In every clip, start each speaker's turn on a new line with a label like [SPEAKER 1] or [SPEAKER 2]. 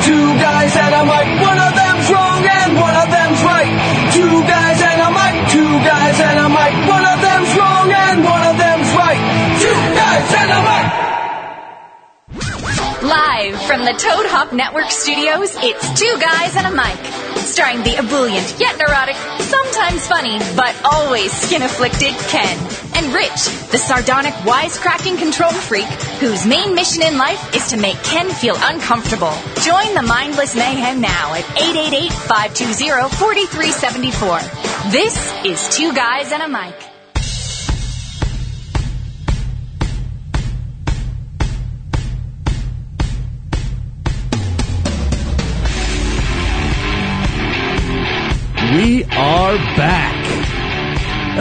[SPEAKER 1] guys and I'm like, one of them's wrong and one of them's right. Two guys and I'm like, two guys and I'm like, one of them's wrong and one of them's right. Two guys and I'm like.
[SPEAKER 2] Live from the Toad Hop Network studios, it's Two Guys and a Mic. Starring the ebullient yet neurotic, sometimes funny, but always skin afflicted Ken. And Rich, the sardonic, wisecracking control freak, whose main mission in life is to make Ken feel uncomfortable. Join the mindless mayhem now at 888 520 4374. This is Two Guys and a Mic.
[SPEAKER 3] We are back.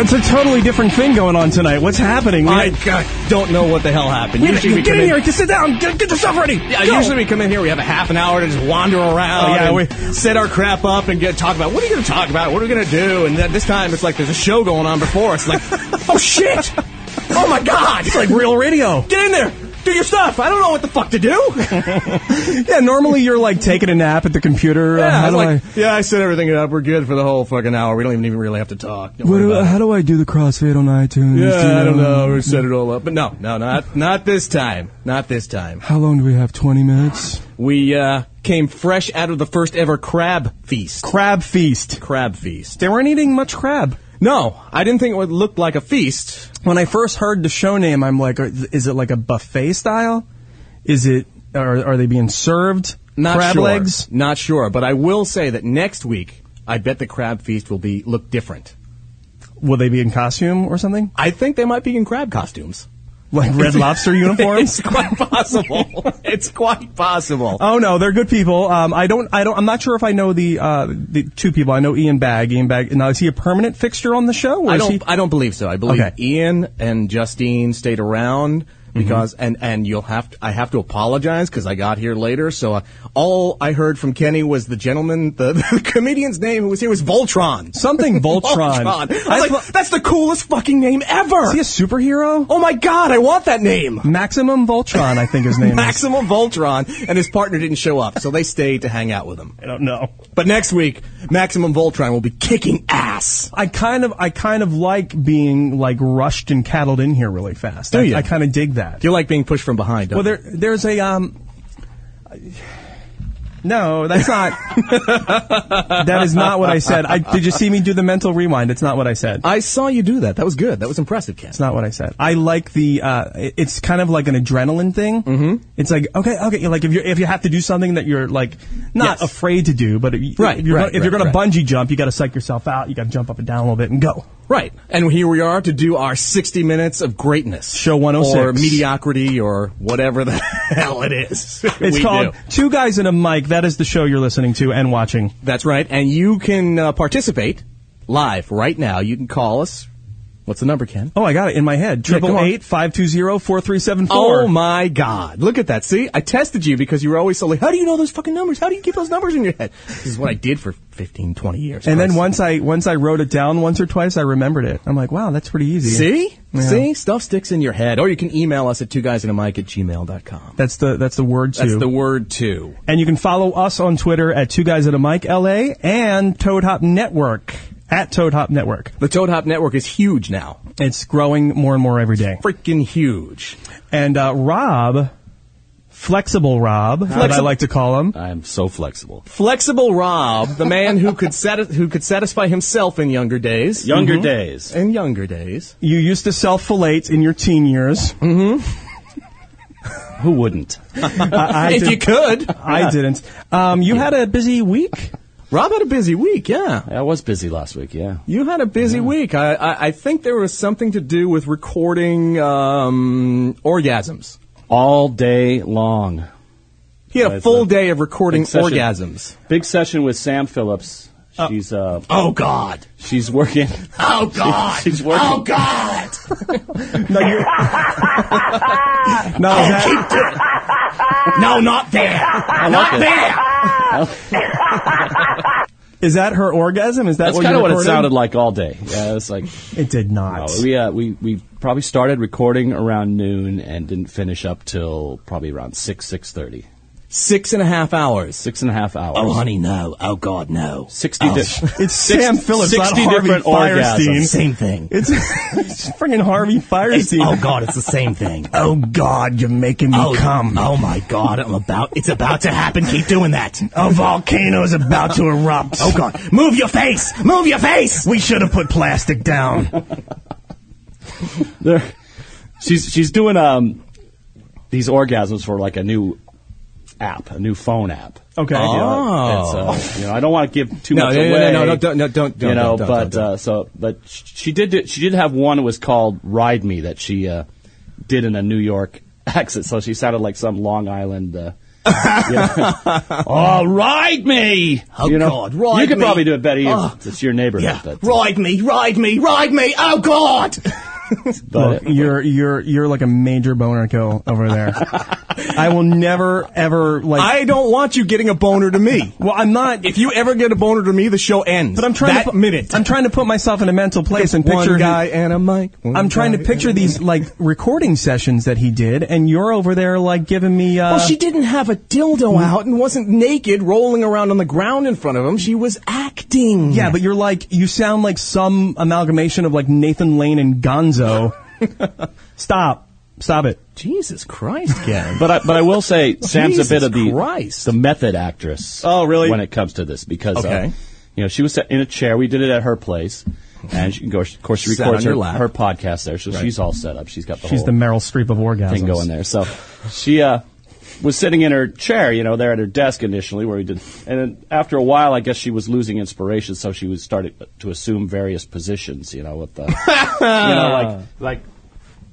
[SPEAKER 3] It's a totally different thing going on tonight. What's happening? We
[SPEAKER 4] I-
[SPEAKER 3] had- don't know what the hell happened.
[SPEAKER 4] We had-
[SPEAKER 3] Usually we
[SPEAKER 4] get
[SPEAKER 3] come
[SPEAKER 4] in
[SPEAKER 3] in
[SPEAKER 4] here, just sit down, get, get yourself ready.
[SPEAKER 3] Yeah,
[SPEAKER 4] Go.
[SPEAKER 3] usually we come in here, we have a half an hour to just wander around.
[SPEAKER 4] Oh, yeah,
[SPEAKER 3] and set our crap up and get talk about what are you going to talk about? What are we going to do? And then this time it's like there's a show going on before us. Like, oh shit! Oh my god!
[SPEAKER 4] It's like real radio. Uh,
[SPEAKER 3] Get in there, do your stuff. I don't know what the fuck to do.
[SPEAKER 4] yeah, normally you're like taking a nap at the computer. uh,
[SPEAKER 3] Yeah,
[SPEAKER 4] how
[SPEAKER 3] I'm
[SPEAKER 4] do
[SPEAKER 3] like, yeah, I set everything up. We're good for the whole fucking hour. We don't even, even really have to talk.
[SPEAKER 4] I?
[SPEAKER 3] Don't
[SPEAKER 4] What
[SPEAKER 3] worry
[SPEAKER 4] do,
[SPEAKER 3] about it.
[SPEAKER 4] how do I do the CrossFit on iTunes? Do you
[SPEAKER 3] Yeah, I don't know. We set it all up, but no, no, not not this time. Not this time.
[SPEAKER 4] How long do we have? 20 minutes?
[SPEAKER 3] We uh, came fresh out of the first ever crab feast.
[SPEAKER 4] Crab feast.
[SPEAKER 3] Crab feast.
[SPEAKER 4] They weren't eating much crab.
[SPEAKER 3] No, I didn't think it would look like a feast.
[SPEAKER 4] When I first heard the show name, I'm like, are- is it like a buffet style? Is it, are, are they being served?
[SPEAKER 3] Not
[SPEAKER 4] crab
[SPEAKER 3] sure.
[SPEAKER 4] legs?
[SPEAKER 3] Not sure, but I will say that next week, I bet the crab feast will be look different.
[SPEAKER 4] Will they be in costume or something?
[SPEAKER 3] I think they might be in crab costumes.
[SPEAKER 4] Like red lobster uniforms?
[SPEAKER 3] It's quite possible. it's quite possible.
[SPEAKER 4] Oh no, they're good people. Um, I don't, I don't, I'm not sure if I know the uh, the two people. I know Ian Bagg. Ian Bagg. Now is he a permanent fixture on the show? Or
[SPEAKER 3] I
[SPEAKER 4] is
[SPEAKER 3] don't.
[SPEAKER 4] He,
[SPEAKER 3] I don't believe so. I believe
[SPEAKER 4] Okay. Mm-hmm.
[SPEAKER 3] Ian and Justine stayed around because and and you'll have to, I have to apologize because I got here later. So uh, all I heard from Kenny was the gentleman, the, the comedian's name who was here was Voltron.
[SPEAKER 4] something Voltron.
[SPEAKER 3] Voltron. I
[SPEAKER 4] I
[SPEAKER 3] was
[SPEAKER 4] thought-
[SPEAKER 3] like, that's the coolest fucking name ever.
[SPEAKER 4] is he a superhero?
[SPEAKER 3] oh my god, I want that name.
[SPEAKER 4] Maximum Voltron, I think his name is.
[SPEAKER 3] Maximum Voltron and his partner didn't show up, so they stayed to hang out with him.
[SPEAKER 4] I don't know.
[SPEAKER 3] But next week, Maximum Voltron will be kicking ass.
[SPEAKER 4] I kind of, I kind of like being like rushed and cattled in here really fast. I,
[SPEAKER 3] you?
[SPEAKER 4] I kind of dig that.
[SPEAKER 3] You like being pushed from behind, don't
[SPEAKER 4] Well,
[SPEAKER 3] you?
[SPEAKER 4] there, there's a um. No, that's not. that is not what I said. I, did you see me do the mental rewind? It's not what I said.
[SPEAKER 3] I saw you do that. That was good. That was impressive, Ken.
[SPEAKER 4] It's not what I said. I like the. Uh, it- it's kind of like an adrenaline thing. Mm-hmm. It's like okay, okay. you're Like if you if you have to do something that you're like not
[SPEAKER 3] Yes.
[SPEAKER 4] afraid to do, but if,
[SPEAKER 3] Right,
[SPEAKER 4] if you're
[SPEAKER 3] right,
[SPEAKER 4] gonna, if you're
[SPEAKER 3] right,
[SPEAKER 4] gonna
[SPEAKER 3] right.
[SPEAKER 4] bungee jump, you got to psych yourself out. You got to jump up and down a little bit and go.
[SPEAKER 3] Right. And here we are to do our 60 minutes of greatness.
[SPEAKER 4] Show 106.
[SPEAKER 3] Or mediocrity or whatever the hell it is.
[SPEAKER 4] It's
[SPEAKER 3] we
[SPEAKER 4] called
[SPEAKER 3] do.
[SPEAKER 4] Two Guys and a Mic. That is the show you're listening to and watching.
[SPEAKER 3] That's right. And you can uh, participate live right now. You can call us. What's the number, Ken?
[SPEAKER 4] Oh, I got it in my head.
[SPEAKER 3] Yeah, come
[SPEAKER 4] Triple
[SPEAKER 3] on.
[SPEAKER 4] eight five two zero four three seven
[SPEAKER 3] Oh
[SPEAKER 4] four.
[SPEAKER 3] my God. Look at that. See, I tested you because you were always so like, how do you know those fucking numbers? How do you keep those numbers in your head? This is what I did for 15, 20 years.
[SPEAKER 4] And then
[SPEAKER 3] Christ.
[SPEAKER 4] once I once I wrote it down once or twice, I remembered it. I'm like, wow, that's pretty easy.
[SPEAKER 3] See?
[SPEAKER 4] Yeah.
[SPEAKER 3] See? Stuff sticks in your head. Or you can email us at two guys and a mic at gmail.com.
[SPEAKER 4] That's the that's the word.
[SPEAKER 3] That's
[SPEAKER 4] to-
[SPEAKER 3] the word two.
[SPEAKER 4] And you can follow us on Twitter at Two Guys at a Mic LA and Toad Hop Network at Toad Hop Network.
[SPEAKER 3] The Toad Hop Network is huge now.
[SPEAKER 4] It's growing more and more every day.
[SPEAKER 3] Freaking huge.
[SPEAKER 4] And uh, Rob, Flexible Rob, that I
[SPEAKER 3] Flexi-
[SPEAKER 4] like to call him.
[SPEAKER 5] I'm so flexible.
[SPEAKER 3] Flexible Rob, the man who could sati- who could satisfy himself in younger days. Mm-hmm.
[SPEAKER 5] Younger days.
[SPEAKER 3] In younger days.
[SPEAKER 4] You used to self fillet in your teen years.
[SPEAKER 5] Who wouldn't?
[SPEAKER 4] I, I
[SPEAKER 3] if
[SPEAKER 4] did-
[SPEAKER 3] you could.
[SPEAKER 4] I didn't. Um, you had a busy week.
[SPEAKER 3] Rob had a busy week, yeah.
[SPEAKER 5] I was busy last week, yeah.
[SPEAKER 3] You had a busy week. I, I, I think there was something to do with recording um, orgasms.
[SPEAKER 5] All day long.
[SPEAKER 3] He had
[SPEAKER 5] Yeah,
[SPEAKER 3] a
[SPEAKER 5] it's
[SPEAKER 3] full
[SPEAKER 5] a
[SPEAKER 3] day of recording
[SPEAKER 5] big session.
[SPEAKER 3] orgasms.
[SPEAKER 5] Big session with Sam Phillips. She's uh
[SPEAKER 3] Oh God!
[SPEAKER 5] she's working.
[SPEAKER 3] Oh God!
[SPEAKER 5] she's working.
[SPEAKER 3] Oh God!
[SPEAKER 4] No, you. no, that,
[SPEAKER 3] No, not there!
[SPEAKER 5] I like it.
[SPEAKER 4] is that her orgasm? Is that
[SPEAKER 5] That's
[SPEAKER 4] what
[SPEAKER 5] kind
[SPEAKER 4] you
[SPEAKER 5] of what it
[SPEAKER 4] recorded?
[SPEAKER 5] sounded like all day. Yeah, it's like
[SPEAKER 4] It did not.
[SPEAKER 5] oh, we, uh, we we probably started recording around noon and didn't finish up till probably around six six thirty.
[SPEAKER 3] Six and a half hours.
[SPEAKER 5] Six and a half hours.
[SPEAKER 3] Oh, honey, no. Oh, God, no.
[SPEAKER 5] 60
[SPEAKER 3] Oh,
[SPEAKER 5] di-
[SPEAKER 4] It's Sam Phillips, not
[SPEAKER 5] 60
[SPEAKER 4] Harvey
[SPEAKER 5] different
[SPEAKER 4] Firestein.
[SPEAKER 5] orgasms.
[SPEAKER 3] Same thing.
[SPEAKER 4] It's, it's freaking Harvey
[SPEAKER 3] It's-
[SPEAKER 4] Firestein.
[SPEAKER 3] oh, God, it's the same thing.
[SPEAKER 4] oh God, you're making me
[SPEAKER 3] Oh, Oh my God! I'm about. It's about to happen. Keep doing that.
[SPEAKER 4] A volcano's about to erupt.
[SPEAKER 3] Oh God! Move your face! Move your face!
[SPEAKER 4] We should have put plastic down.
[SPEAKER 5] There, she's she's doing um these orgasms for like a new app, a new phone app.
[SPEAKER 4] Okay.
[SPEAKER 5] You know,
[SPEAKER 3] Oh.
[SPEAKER 5] it's, uh, you know, I don't want to give too
[SPEAKER 3] No,
[SPEAKER 5] much
[SPEAKER 3] no, no, no,
[SPEAKER 5] away.
[SPEAKER 3] no, no, don't- no, don't- don't-
[SPEAKER 5] you know,
[SPEAKER 3] don't- don't-
[SPEAKER 5] but
[SPEAKER 3] don't.
[SPEAKER 5] Uh, so but sh- she did do- she did have one that was called Ride Me that she uh, did in a New York accent, so she sounded like some Long Island. Uh, you know. oh, ride me!
[SPEAKER 3] Oh,
[SPEAKER 5] you know?
[SPEAKER 3] God, ride
[SPEAKER 5] You could
[SPEAKER 3] me.
[SPEAKER 5] probably do it better. You,
[SPEAKER 3] Oh.
[SPEAKER 5] It's your neighborhood,
[SPEAKER 3] Yeah.
[SPEAKER 5] but,
[SPEAKER 3] Ride me! Ride me! Ride me! Oh God!
[SPEAKER 5] but
[SPEAKER 4] you're you're you're like a major boner kill over there. I will never ever like.
[SPEAKER 3] I don't want you getting a boner to me.
[SPEAKER 4] well, I'm not.
[SPEAKER 3] If you ever get a boner to me, the show ends.
[SPEAKER 4] But I'm trying
[SPEAKER 3] that
[SPEAKER 4] to pu-
[SPEAKER 3] minute.
[SPEAKER 4] I'm trying to put myself in a mental place and
[SPEAKER 3] one
[SPEAKER 4] picture
[SPEAKER 3] guy
[SPEAKER 4] who-
[SPEAKER 3] and a mic. one
[SPEAKER 4] I'm trying to
[SPEAKER 3] guy
[SPEAKER 4] picture
[SPEAKER 3] and a
[SPEAKER 4] these like recording sessions that he did, and you're over there like giving me. Uh,
[SPEAKER 3] Well, she didn't have a Hmm. dildo out and wasn't naked rolling around on the ground in front of him. She was acting.
[SPEAKER 4] yeah, but you're like you sound like some amalgamation of like Nathan Lane and Gonzo. Stop. Stop it.
[SPEAKER 3] Jesus Christ, Ken.
[SPEAKER 5] But I, but I will say Sam's a
[SPEAKER 3] Jesus
[SPEAKER 5] bit of the
[SPEAKER 3] Christ.
[SPEAKER 5] the method actress.
[SPEAKER 4] Oh, really?
[SPEAKER 5] When it comes to this, because uh,
[SPEAKER 3] Okay.
[SPEAKER 5] you know she was in a chair. We did it at her place, and she, of course of course, she
[SPEAKER 3] Sat on
[SPEAKER 5] records her,
[SPEAKER 3] your lap.
[SPEAKER 5] her podcast there, so she's all set up. She's got the
[SPEAKER 4] She's
[SPEAKER 5] whole
[SPEAKER 4] the Meryl Streep of orgasms.
[SPEAKER 5] thing going there. So she uh, was sitting in her chair, you know, there at her desk initially, where we did, and then after a while, I guess she was losing inspiration, so she was starting to assume various positions, you know, with the you know like like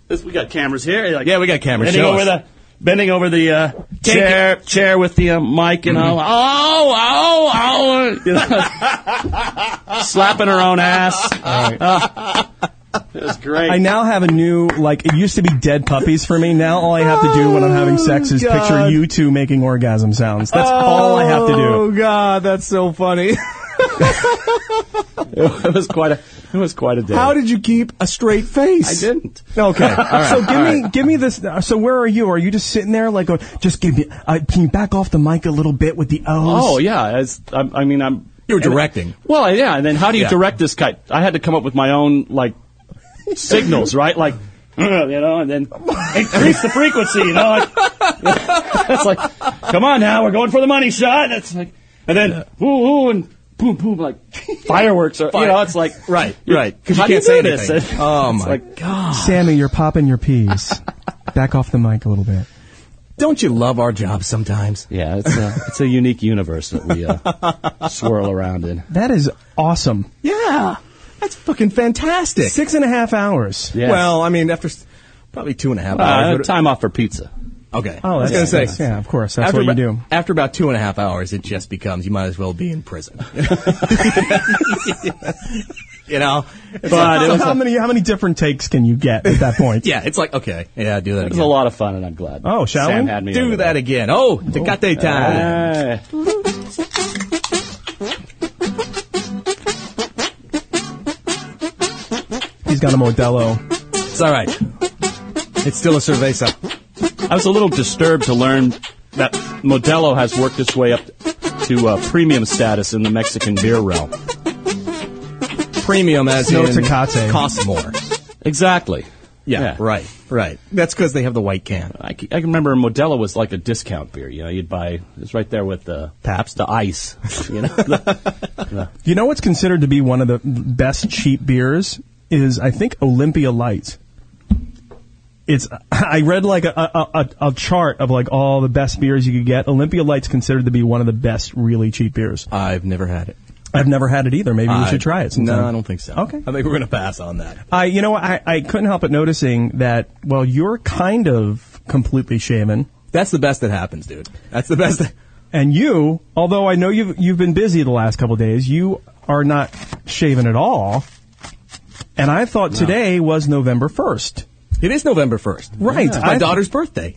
[SPEAKER 5] this. We got cameras here. You're like,
[SPEAKER 3] Yeah, we got cameras.
[SPEAKER 5] Bending
[SPEAKER 3] Show
[SPEAKER 5] over
[SPEAKER 3] us.
[SPEAKER 5] the bending over the uh,
[SPEAKER 3] Take
[SPEAKER 5] chair chair with the uh, mic and all. Oh oh oh! You know, slapping her own ass. Uh, it was great.
[SPEAKER 4] I now have a new like. It used to be dead puppies for me. Now all I have to do when I'm having sex is
[SPEAKER 3] Oh, God.
[SPEAKER 4] picture you two making orgasm sounds. That's all I have to do.
[SPEAKER 3] Oh God, that's so funny.
[SPEAKER 5] It was quite a it was quite a day.
[SPEAKER 3] How did you keep a straight face?
[SPEAKER 5] I didn't.
[SPEAKER 4] Okay, so give me give me this. uh, So where are you? Are you just sitting there like, going, just give me? Uh, can you back off the mic a little bit with the O's?
[SPEAKER 5] Oh yeah, it's, I, I mean I'm.
[SPEAKER 3] You were directing.
[SPEAKER 5] Well yeah, and then how do you
[SPEAKER 3] Yeah.
[SPEAKER 5] direct this guy? I had to come up with my own like signals, right? Like. You know, and then increase the frequency. You know, like, it's like, come on now, we're going for the money shot. It's like, and then ooh, ooh, and boom, boom, like fireworks. Or, you know, it's like
[SPEAKER 3] Right,
[SPEAKER 5] you-
[SPEAKER 3] right. 'Cause you
[SPEAKER 5] how do
[SPEAKER 3] can't
[SPEAKER 5] do
[SPEAKER 3] say
[SPEAKER 5] this?
[SPEAKER 3] anything. Oh,
[SPEAKER 5] It's
[SPEAKER 3] my
[SPEAKER 5] like,
[SPEAKER 4] Sammy, you're popping your peas. back off the mic a little bit.
[SPEAKER 3] Don't you love our job sometimes?
[SPEAKER 5] Yeah, it's a, it's a unique universe that we uh, swirl around in.
[SPEAKER 4] That is awesome.
[SPEAKER 3] Yeah, that's fucking fantastic.
[SPEAKER 4] Six and a half hours.
[SPEAKER 5] Yes.
[SPEAKER 3] Well, I mean, after s- probably two and a half hours.
[SPEAKER 5] Uh,
[SPEAKER 3] but-
[SPEAKER 5] time off for pizza.
[SPEAKER 3] Okay.
[SPEAKER 4] Oh,
[SPEAKER 3] I was
[SPEAKER 4] that's
[SPEAKER 3] gonna
[SPEAKER 4] nice.
[SPEAKER 3] say.
[SPEAKER 4] Yeah, of course. That's
[SPEAKER 3] after
[SPEAKER 4] what you
[SPEAKER 3] about,
[SPEAKER 4] do.
[SPEAKER 3] After about two and a half hours, it just becomes you might as well be in prison. you know, It's like-
[SPEAKER 5] But it was
[SPEAKER 4] how
[SPEAKER 5] a,
[SPEAKER 4] many how many different takes can you get at that point?
[SPEAKER 3] yeah, it's like okay, yeah, do that.
[SPEAKER 5] it was
[SPEAKER 3] again.
[SPEAKER 5] a lot of fun, and I'm glad.
[SPEAKER 4] Oh, shall
[SPEAKER 5] Sam
[SPEAKER 4] we?
[SPEAKER 5] had me
[SPEAKER 3] Do
[SPEAKER 5] over
[SPEAKER 3] that
[SPEAKER 5] there.
[SPEAKER 3] again. Oh, Tecate time.
[SPEAKER 4] Uh,
[SPEAKER 5] Hey.
[SPEAKER 4] He's got a Modelo.
[SPEAKER 3] It's all right. It's still a cerveza.
[SPEAKER 5] I was a little disturbed to learn that Modelo has worked its way up to uh, premium status in the Mexican beer realm.
[SPEAKER 3] Premium as
[SPEAKER 4] No
[SPEAKER 3] in
[SPEAKER 4] Tecate.
[SPEAKER 3] costs more.
[SPEAKER 5] Exactly.
[SPEAKER 3] Yeah, right, right. That's because they have the white can.
[SPEAKER 5] I can, I can remember Modelo was like a discount beer. You know, you'd buy it's right there with the perhaps the ice. You know,
[SPEAKER 4] You know what's considered to be one of the best cheap beers is I think Olympia Light. It's I read like a, a, a, a chart of like all the best beers you could get. Olympia Light's considered to be one of the best really cheap beers.
[SPEAKER 3] I've never had it.
[SPEAKER 4] I've never had it either. Maybe we
[SPEAKER 3] I-
[SPEAKER 4] should try it sometime.
[SPEAKER 3] No, I don't think so.
[SPEAKER 4] Okay.
[SPEAKER 3] I think we're going to pass on that.
[SPEAKER 4] I you know I, I couldn't help but noticing that well you're kind of completely shaman.
[SPEAKER 3] That's the best that happens, dude. That's the best. that-
[SPEAKER 4] And you, although I know you've you've been busy the last couple days, you are not shaven at all. And I thought today was November first.
[SPEAKER 3] It is November 1st.
[SPEAKER 4] Right.
[SPEAKER 3] It's my
[SPEAKER 4] I-
[SPEAKER 3] daughter's birthday.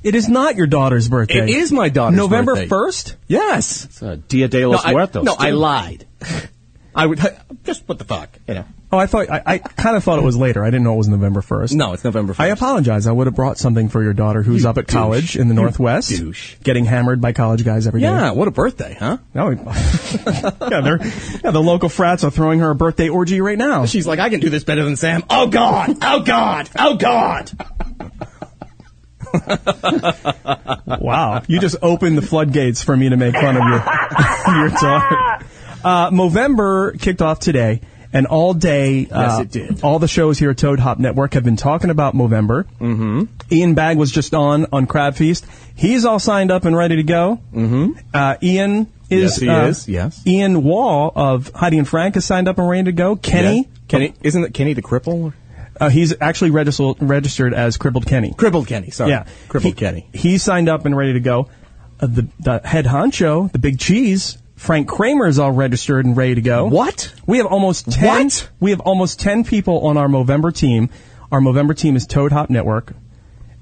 [SPEAKER 4] It is not your daughter's birthday.
[SPEAKER 3] It is my daughter's
[SPEAKER 4] November
[SPEAKER 3] birthday.
[SPEAKER 4] first.
[SPEAKER 3] Yes.
[SPEAKER 5] it's uh, Dia de
[SPEAKER 3] No,
[SPEAKER 5] los
[SPEAKER 3] I,
[SPEAKER 5] Muertos.
[SPEAKER 3] no, I
[SPEAKER 5] too.
[SPEAKER 3] lied. I would just what the fuck, you know.
[SPEAKER 4] Oh, I thought I, I kind of thought it was later. I didn't know it was November first.
[SPEAKER 3] No, it's November
[SPEAKER 4] I
[SPEAKER 3] 1st.
[SPEAKER 4] apologize. I would have brought something for your daughter who's
[SPEAKER 3] You
[SPEAKER 4] up at
[SPEAKER 3] douche.
[SPEAKER 4] college in the
[SPEAKER 3] You
[SPEAKER 4] Northwest,
[SPEAKER 3] douche.
[SPEAKER 4] getting hammered by college guys every day.
[SPEAKER 3] Yeah, Ah, what a birthday, huh?
[SPEAKER 4] Oh, yeah, they're, yeah, the local frats are throwing her a birthday orgy right now.
[SPEAKER 3] She's like, I can do this better than Sam. Oh God! Oh God! Oh God!
[SPEAKER 4] Wow. You just opened the floodgates for me to make fun of your, your daughter. Uh, Movember kicked off today, and all day,
[SPEAKER 3] Yes,
[SPEAKER 4] uh,
[SPEAKER 3] it did.
[SPEAKER 4] all the shows here at Toad Hop Network have been talking about Movember. Mm-hmm. Ian Bagg was just on on Crab Feast. He's all signed up and ready to go. Mm-hmm. Uh, Ian
[SPEAKER 3] Yes,
[SPEAKER 4] is.
[SPEAKER 3] he
[SPEAKER 4] uh,
[SPEAKER 3] is, yes.
[SPEAKER 4] Ian Wall of Heidi and Frank is signed up and ready to go. Kenny.
[SPEAKER 3] Kenny, isn't it Kenny the cripple?
[SPEAKER 4] Uh, he's actually registered, registered as Crippled Kenny.
[SPEAKER 3] Crippled Kenny. Sorry.
[SPEAKER 4] Yeah,
[SPEAKER 3] uh, Crippled
[SPEAKER 4] He-
[SPEAKER 3] Kenny.
[SPEAKER 4] He signed up and ready to go. Uh, the the head honcho, the big cheese, Frank Kramer is all registered and ready to go.
[SPEAKER 3] What?
[SPEAKER 4] We have almost ten.
[SPEAKER 3] What?
[SPEAKER 4] We have almost ten people on our Movember team. Our Movember team is Toad Hop Network,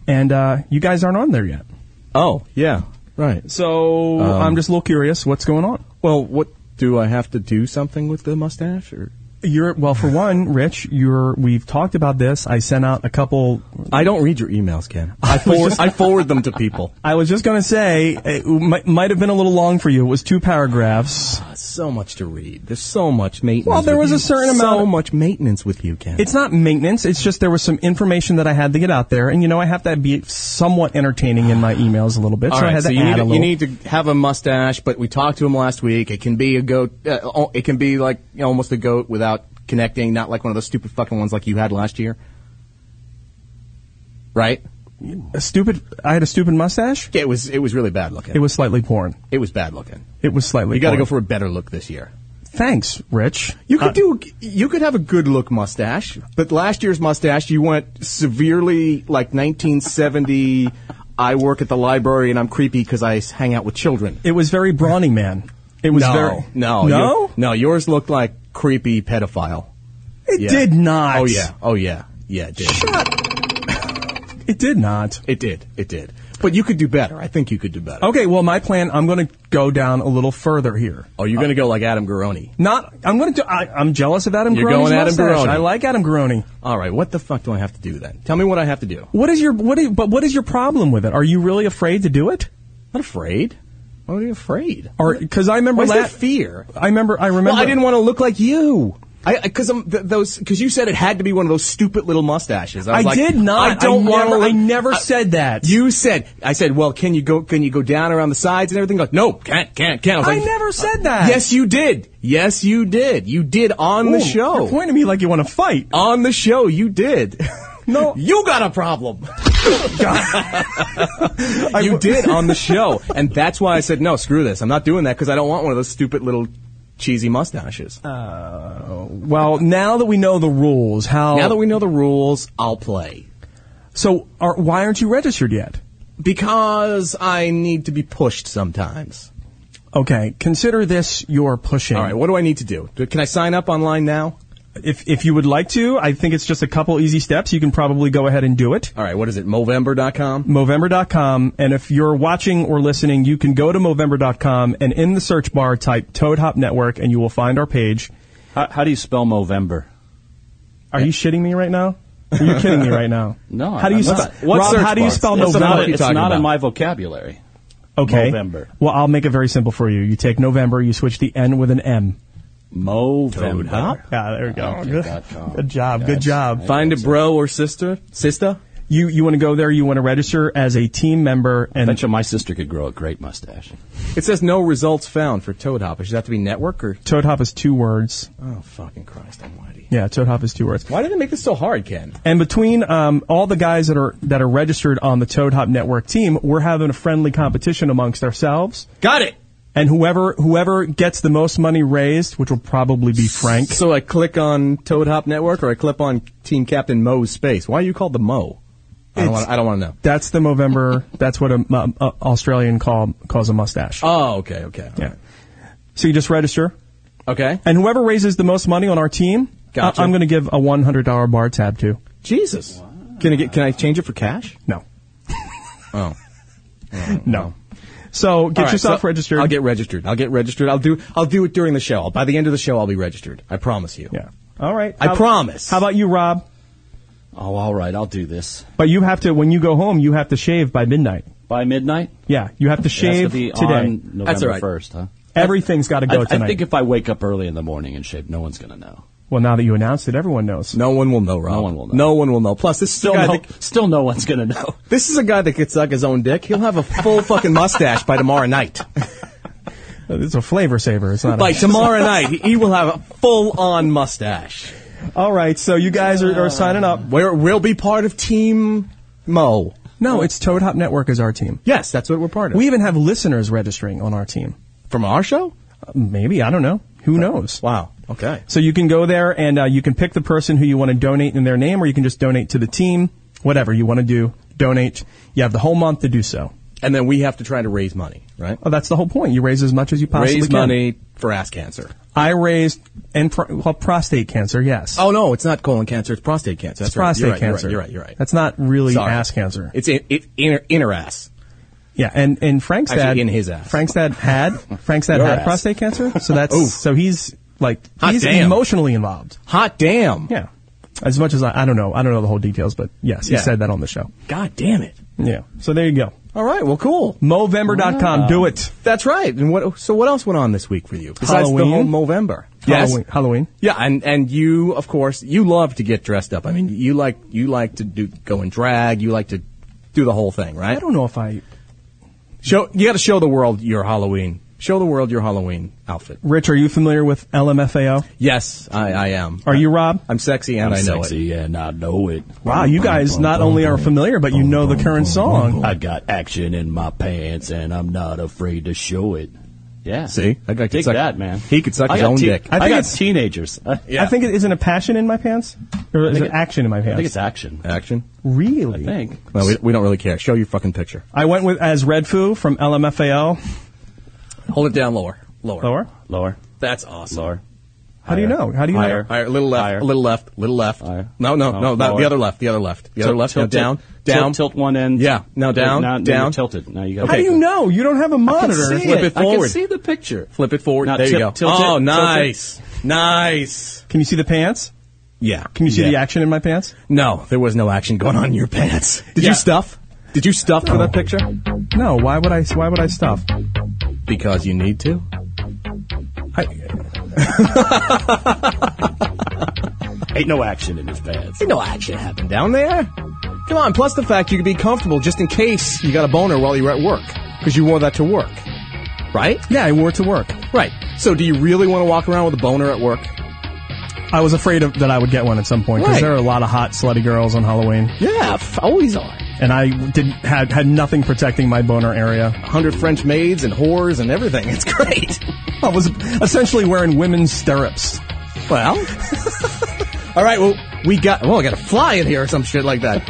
[SPEAKER 4] and uh, you guys aren't on there yet.
[SPEAKER 3] Oh yeah, right.
[SPEAKER 4] So
[SPEAKER 3] Um.
[SPEAKER 4] I'm just a little curious, what's going on?
[SPEAKER 3] Well, what do I have to do something with the mustache or?
[SPEAKER 4] You're well, for one, Rich. You're. We've talked about this. I sent out a couple
[SPEAKER 3] I don't read your emails, Ken. I forward, I forward them to people.
[SPEAKER 4] I was just going to say, it might, might have been a little long for you. It was two paragraphs.
[SPEAKER 3] Uh, So much to read. There's so much maintenance.
[SPEAKER 4] Well, there
[SPEAKER 3] with
[SPEAKER 4] was a
[SPEAKER 3] you.
[SPEAKER 4] certain
[SPEAKER 3] So
[SPEAKER 4] amount-
[SPEAKER 3] much maintenance with you, Ken.
[SPEAKER 4] It's not maintenance. It's just there was some information that I had to get out there. And, you know, I have to be somewhat entertaining in my emails a little bit.
[SPEAKER 3] all
[SPEAKER 4] so I
[SPEAKER 3] right.
[SPEAKER 4] had
[SPEAKER 3] So
[SPEAKER 4] to
[SPEAKER 3] you
[SPEAKER 4] add
[SPEAKER 3] need,
[SPEAKER 4] a
[SPEAKER 3] to,
[SPEAKER 4] little.
[SPEAKER 3] you need to have a mustache, but we talked to him last week. It can be a goat. Uh, oh, it can be like you know, almost a goat without connecting. Not like one of those stupid fucking ones like you had last year. Right?
[SPEAKER 4] a stupid, I had a stupid mustache.
[SPEAKER 3] It was it was really bad looking.
[SPEAKER 4] It was slightly porn.
[SPEAKER 3] it was bad looking.
[SPEAKER 4] It was slightly
[SPEAKER 3] You got to
[SPEAKER 4] porn.
[SPEAKER 3] go for a better look this year.
[SPEAKER 4] Thanks, Rich. Uh,
[SPEAKER 3] You could do. You could have a good look mustache, but last year's mustache, you went severely like 1970. I work at the library and I'm creepy because I s- hang out with children.
[SPEAKER 4] It was very brawny, man. It was very.
[SPEAKER 3] no,
[SPEAKER 4] No?
[SPEAKER 3] you- no. Yours looked like creepy pedophile.
[SPEAKER 4] It
[SPEAKER 3] Yeah.
[SPEAKER 4] did not.
[SPEAKER 3] Oh yeah. Oh yeah. Yeah. It did.
[SPEAKER 4] It did not.
[SPEAKER 3] It did. It did. But you could do better. I think you could do better.
[SPEAKER 4] Okay, well, my plan, I'm going to go down a little further here.
[SPEAKER 3] Oh, you're gonna go like Adam Garoni.
[SPEAKER 4] Not, I'm going to. Do, I, I'm jealous of Adam.
[SPEAKER 3] You're
[SPEAKER 4] Garoni's
[SPEAKER 3] going Adam
[SPEAKER 4] mustache.
[SPEAKER 3] Garoni.
[SPEAKER 4] I like Adam Garoni.
[SPEAKER 3] All right. What the fuck do I have to do then? Tell me what I have to do.
[SPEAKER 4] What is your what? Is, but what is your problem with it? Are you really afraid to do it?
[SPEAKER 3] I'm not afraid. Why are you afraid?
[SPEAKER 4] Or because I remember
[SPEAKER 3] Why is there
[SPEAKER 4] last
[SPEAKER 3] fear?
[SPEAKER 4] I remember. I remember.
[SPEAKER 3] Well, I didn't want to look like you. I because I'm th- those because you said it had to be one of those stupid little mustaches.
[SPEAKER 4] I
[SPEAKER 3] was like,
[SPEAKER 4] did not.
[SPEAKER 3] I don't
[SPEAKER 4] I
[SPEAKER 3] want
[SPEAKER 4] never-
[SPEAKER 3] to.
[SPEAKER 4] I never said that.
[SPEAKER 3] You said I said. Well, can you go? Can you go down around the sides and everything? Like, no, can't, can't, can't. was
[SPEAKER 4] I
[SPEAKER 3] like, uh,
[SPEAKER 4] never said that.
[SPEAKER 3] Yes, you did. Yes, you did. You did on the
[SPEAKER 4] Ooh,
[SPEAKER 3] show.
[SPEAKER 4] You're pointing at me like you want to fight.
[SPEAKER 3] on the show, you did.
[SPEAKER 4] No.
[SPEAKER 3] you got a problem.
[SPEAKER 4] I
[SPEAKER 3] you
[SPEAKER 4] w-
[SPEAKER 3] did on the show, and that's why I said no. Screw this. I'm not doing that because I don't want one of those stupid little cheesy mustaches.
[SPEAKER 4] Well, now that we know the rules, how?
[SPEAKER 3] now that we know the rules, I'll play.
[SPEAKER 4] so, are, why aren't you registered yet?
[SPEAKER 3] Because I need to be pushed sometimes.
[SPEAKER 4] Okay, consider this your pushing.
[SPEAKER 3] All right, what do I need to do? Do- Can I sign up online now?
[SPEAKER 4] If if you would like to, I think it's just a couple easy steps. You can probably go ahead and do it.
[SPEAKER 3] All right, what is it? Movember.com?
[SPEAKER 4] Movember.com. And if you're watching or listening, you can go to Movember.com and in the search bar type Toad Hop Network and you will find our page.
[SPEAKER 5] How, how do you spell Movember?
[SPEAKER 4] Are you shitting me right now? Are you kidding me right now?
[SPEAKER 5] No,
[SPEAKER 4] How do you
[SPEAKER 5] I'm
[SPEAKER 4] spell?
[SPEAKER 5] not.
[SPEAKER 3] What
[SPEAKER 4] Rob,
[SPEAKER 3] search
[SPEAKER 4] how do you
[SPEAKER 3] bar?
[SPEAKER 4] spell
[SPEAKER 5] It's
[SPEAKER 3] That's
[SPEAKER 4] November?
[SPEAKER 3] what
[SPEAKER 5] not,
[SPEAKER 3] are you
[SPEAKER 5] it's
[SPEAKER 3] talking
[SPEAKER 5] not in
[SPEAKER 3] about?
[SPEAKER 5] my vocabulary.
[SPEAKER 4] okay.
[SPEAKER 5] Movember.
[SPEAKER 4] Well, I'll make it very simple for you. You take November, you switch the N with an M.
[SPEAKER 5] Movember.
[SPEAKER 4] Yeah, there we go.
[SPEAKER 5] Okay,
[SPEAKER 4] good,
[SPEAKER 5] dot com.
[SPEAKER 4] good job. Good
[SPEAKER 5] That's-
[SPEAKER 4] job.
[SPEAKER 3] Find a bro or sister? Sister?
[SPEAKER 4] You you want to go there? You want to register as a team member and
[SPEAKER 5] Bet you my sister could grow a great mustache.
[SPEAKER 3] It says no results found for Toad Hopper. Should that have to be network or?
[SPEAKER 4] Toad Hop is two words.
[SPEAKER 3] Oh, fucking Christ almighty.
[SPEAKER 4] Yeah, Toad Hop is two words.
[SPEAKER 3] Why did they make this so hard, Ken?
[SPEAKER 4] And between um, all the guys that are that are registered on the Toad Hop Network team, we're having a friendly competition amongst ourselves.
[SPEAKER 3] Got it!
[SPEAKER 4] And whoever whoever gets the most money raised, which will probably be Frank,
[SPEAKER 3] So I click on Toad Hop Network or I click on Team Captain Mo's space. Why are you called the Mo? I don't
[SPEAKER 4] It's-
[SPEAKER 3] wanna- I don't want to know.
[SPEAKER 4] that's the Movember. That's what an Australian call calls a mustache.
[SPEAKER 3] Oh, okay, okay.
[SPEAKER 4] yeah. So you just register,
[SPEAKER 3] Okay.
[SPEAKER 4] and whoever raises the most money on our team,
[SPEAKER 3] Gotcha.
[SPEAKER 4] I- I'm going to give a one hundred dollar bar tab to.
[SPEAKER 3] Jesus. Can I get? Can I change it for cash?
[SPEAKER 4] No,
[SPEAKER 3] Oh.
[SPEAKER 4] no. So get
[SPEAKER 3] All Oh. right,
[SPEAKER 4] yourself
[SPEAKER 3] so
[SPEAKER 4] registered.
[SPEAKER 3] I'll get registered. I'll get registered. I'll do. I'll do it during the show. By the end of the show, I'll be registered. I promise you.
[SPEAKER 4] yeah. All right.
[SPEAKER 3] I
[SPEAKER 4] How-
[SPEAKER 3] promise.
[SPEAKER 4] How about you, Rob?
[SPEAKER 5] Oh, all right, I'll do this
[SPEAKER 4] But you have to when you go home, you have to shave by midnight.
[SPEAKER 5] by midnight.
[SPEAKER 4] Yeah, you have to
[SPEAKER 5] It has
[SPEAKER 4] shave
[SPEAKER 5] to be
[SPEAKER 4] today.
[SPEAKER 5] on November
[SPEAKER 3] That's all right.
[SPEAKER 5] first, huh?
[SPEAKER 4] Everything's got to
[SPEAKER 5] I,
[SPEAKER 4] go tonight.
[SPEAKER 5] I think if I wake up early in the morning and shave, no one's gonna know.
[SPEAKER 4] well, now that you announced it, everyone knows.
[SPEAKER 3] No one will know, Rob.
[SPEAKER 5] No one will know.
[SPEAKER 3] No one will know. Plus, this is
[SPEAKER 5] Still,
[SPEAKER 3] a guy
[SPEAKER 5] no,
[SPEAKER 3] that,
[SPEAKER 5] still, no one's gonna know.
[SPEAKER 3] this is a guy that could suck his own dick. He'll have a full fucking mustache by tomorrow night.
[SPEAKER 4] It's a flavor saver. It's not.
[SPEAKER 3] By
[SPEAKER 4] A-
[SPEAKER 3] tomorrow night, he- he will have a full-on mustache.
[SPEAKER 4] All right, so you guys are, are signing up.
[SPEAKER 3] Uh, We're, we'll be part of Team Mo.
[SPEAKER 4] No, it's Toad Hop Network is our team.
[SPEAKER 3] Yes, that's what we're part of.
[SPEAKER 4] We even have listeners registering on our team.
[SPEAKER 3] from our show.
[SPEAKER 4] Maybe I don't know. Who knows?
[SPEAKER 3] Wow. Okay.
[SPEAKER 4] So you can go there and uh, you can pick the person who you want to donate in their name, or you can just donate to the team. Whatever you want to do, donate. You have the whole month to do so.
[SPEAKER 3] And then we have to try to raise money, right?
[SPEAKER 4] Oh, that's the whole point. You raise as much as you possibly
[SPEAKER 3] Raise
[SPEAKER 4] can.
[SPEAKER 3] money for ass cancer.
[SPEAKER 4] I raised and pro- well, prostate cancer. Yes,
[SPEAKER 3] Oh no, it's not colon cancer. It's prostate cancer. That's
[SPEAKER 4] it's
[SPEAKER 3] right.
[SPEAKER 4] prostate
[SPEAKER 3] You're right,
[SPEAKER 4] cancer.
[SPEAKER 3] You're right. You're right. You're right.
[SPEAKER 4] That's not really
[SPEAKER 3] Sorry.
[SPEAKER 4] ass cancer.
[SPEAKER 3] It's in, it, inner inner ass.
[SPEAKER 4] Yeah, and and Frank's
[SPEAKER 3] Actually,
[SPEAKER 4] dad
[SPEAKER 3] in his ass.
[SPEAKER 4] Frank's dad had Frank's dad
[SPEAKER 3] Your
[SPEAKER 4] had
[SPEAKER 3] ass.
[SPEAKER 4] prostate cancer, so that's so he's like
[SPEAKER 3] Hot
[SPEAKER 4] he's
[SPEAKER 3] damn.
[SPEAKER 4] emotionally involved.
[SPEAKER 3] Hot damn.
[SPEAKER 4] Yeah, as much as I, I don't know, I don't know the whole details, but yes,
[SPEAKER 3] Yeah.
[SPEAKER 4] he said that on the show.
[SPEAKER 3] God damn it.
[SPEAKER 4] Yeah, so there you go.
[SPEAKER 3] All right. Well, cool.
[SPEAKER 4] Movember.com, do it.
[SPEAKER 3] That's right. And what? So what else went on this week for you besides the whole
[SPEAKER 4] Halloween?
[SPEAKER 3] Movember?
[SPEAKER 4] Halloween. Halloween.
[SPEAKER 3] Yeah, and and you, of course, you love to get dressed up. I mean, you like you like to do go in drag. You like to do the whole thing, right?
[SPEAKER 4] I don't know if I
[SPEAKER 3] Show you got to show the world your Halloween. Show the world your Halloween outfit.
[SPEAKER 4] Rich, are you familiar with LMFAO?
[SPEAKER 3] Yes, I, I am.
[SPEAKER 4] Are you Rob?
[SPEAKER 3] I'm sexy and i know it.
[SPEAKER 5] Sexy and I know it.
[SPEAKER 4] Wow, you guys not only are familiar, but you know the current song.
[SPEAKER 5] I got action in my pants and I'm not afraid to show it. Yeah.
[SPEAKER 3] See? That guy could
[SPEAKER 5] Dig
[SPEAKER 3] suck-
[SPEAKER 5] that, man.
[SPEAKER 3] he could suck
[SPEAKER 5] I
[SPEAKER 3] his
[SPEAKER 5] got
[SPEAKER 3] own dick.
[SPEAKER 5] I,
[SPEAKER 4] I think
[SPEAKER 5] got
[SPEAKER 4] it's-
[SPEAKER 5] teenagers. I,
[SPEAKER 3] Yeah.
[SPEAKER 4] I think it isn't a passion in my pants, or is it,
[SPEAKER 5] it-
[SPEAKER 4] action in my pants?
[SPEAKER 5] I think it's action.
[SPEAKER 3] Action?
[SPEAKER 4] really.
[SPEAKER 5] I think.
[SPEAKER 3] No, we, we don't really care. Show your fucking picture.
[SPEAKER 4] I went with as Redfoo from LMFAO.
[SPEAKER 3] Hold it down lower. Lower.
[SPEAKER 4] Lower.
[SPEAKER 5] Lower.
[SPEAKER 3] That's awesome.
[SPEAKER 5] Lower.
[SPEAKER 4] How do you know? How do you
[SPEAKER 5] Higher.
[SPEAKER 4] know?
[SPEAKER 3] All right, little left,
[SPEAKER 5] Higher.
[SPEAKER 3] little left, little left.
[SPEAKER 5] Higher.
[SPEAKER 3] No, no, no,
[SPEAKER 5] No,
[SPEAKER 3] that- the
[SPEAKER 5] lower.
[SPEAKER 3] other left, the other left, the other
[SPEAKER 5] Tilt-
[SPEAKER 3] left.
[SPEAKER 5] tilt
[SPEAKER 3] now
[SPEAKER 5] it.
[SPEAKER 3] down,
[SPEAKER 5] Tilt-
[SPEAKER 3] down,
[SPEAKER 5] Tilt, one end.
[SPEAKER 3] Yeah, now down,
[SPEAKER 5] now, now
[SPEAKER 3] down.
[SPEAKER 5] you're tilted. Now you got.
[SPEAKER 4] How do you know? You don't have a
[SPEAKER 5] I can
[SPEAKER 4] monitor.
[SPEAKER 5] see
[SPEAKER 3] Flip
[SPEAKER 5] it.
[SPEAKER 3] it
[SPEAKER 5] I can
[SPEAKER 3] forward.
[SPEAKER 5] see the picture.
[SPEAKER 3] Flip it forward.
[SPEAKER 5] Now
[SPEAKER 3] there you
[SPEAKER 5] tilt-
[SPEAKER 3] go.
[SPEAKER 5] tilt it,
[SPEAKER 3] oh,
[SPEAKER 5] tilt it.
[SPEAKER 3] nice, nice.
[SPEAKER 4] Can you see the pants?
[SPEAKER 3] Yeah.
[SPEAKER 4] Can you see
[SPEAKER 3] yeah.
[SPEAKER 4] the action in my pants?
[SPEAKER 3] No, there was no action going on in your pants. Did
[SPEAKER 4] Yeah.
[SPEAKER 3] you stuff? Did you stuff for that picture?
[SPEAKER 4] No. Why would I? Why would I stop?
[SPEAKER 3] Because you need to.
[SPEAKER 5] Ain't no action in his pants.
[SPEAKER 3] Ain't no action happened down there. Come on, plus the fact you could be comfortable just in case you got a boner while you were at work. Because you wore that to work. Right?
[SPEAKER 4] Yeah, I wore it to work.
[SPEAKER 3] Right. So do you really want to walk around with a boner at work?
[SPEAKER 4] I was afraid of, that I would get one at some point because
[SPEAKER 3] Right.
[SPEAKER 4] there are a lot of hot, slutty girls on Halloween,
[SPEAKER 3] Yeah, f- always are.
[SPEAKER 4] and I didn't had had nothing protecting my boner area.
[SPEAKER 3] 100 French maids and whores and everything. It's great.
[SPEAKER 4] I was essentially wearing women's stirrups.
[SPEAKER 3] Well. All right, well, we got well, I got a fly in here or some shit like that.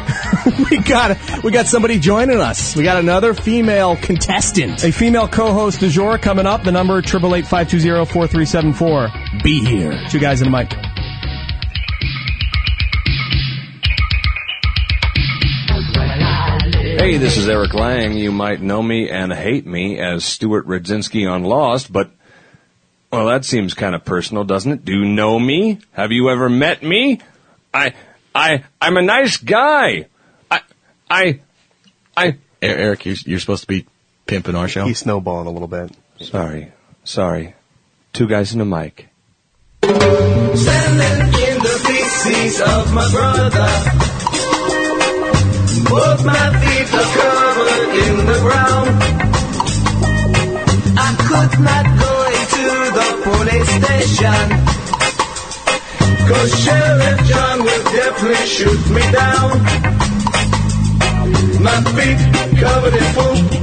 [SPEAKER 3] we got we got somebody joining us. We got another female contestant.
[SPEAKER 4] A female co-host du jour coming up. The number triple eight five two zero four three seven four.
[SPEAKER 3] Be here.
[SPEAKER 4] Two guys in a mic.
[SPEAKER 6] Hey, this is Eric Lang. You might know me and hate me as Stuart Radzinski on Lost, but well, that seems kind of personal, doesn't it? Do you know me? Have you ever met me? I, I, I'm a nice guy. I, I, I.
[SPEAKER 3] Eric, you're, you're supposed to be pimping our show.
[SPEAKER 7] He's snowballing a little bit.
[SPEAKER 6] Sorry, sorry. Two guys in a mic.
[SPEAKER 8] Standing in the feces of my brother. Both my feet are covered in the ground. I could not go into the police station. Cause Sheriff John will definitely shoot me down. My feet covered in poop.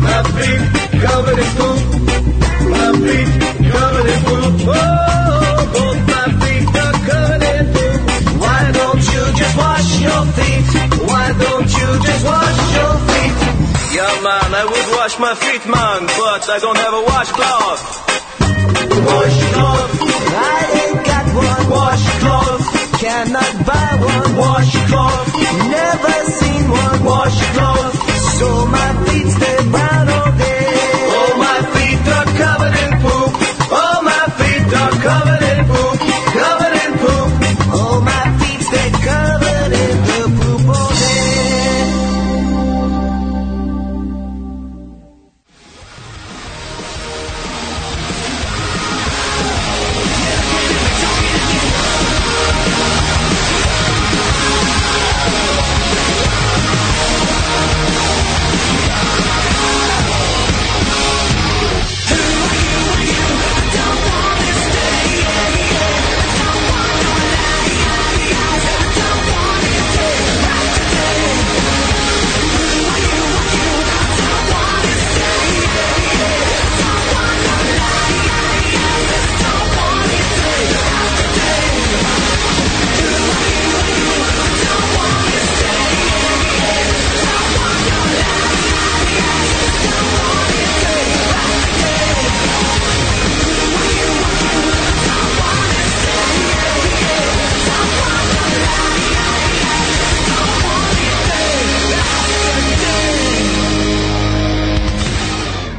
[SPEAKER 8] My feet covered in poop. My feet covered in poop. Oh, both my feet are covered in poop. Why don't you just wash your feet? Why don't you just wash your feet? Yeah, man, I would wash my feet, man, but I don't have a washcloth. Washcloth. I ain't got one. Washcloth. Cannot buy one. Washcloth. Never seen one. Washcloth. So my feet stay brown all day.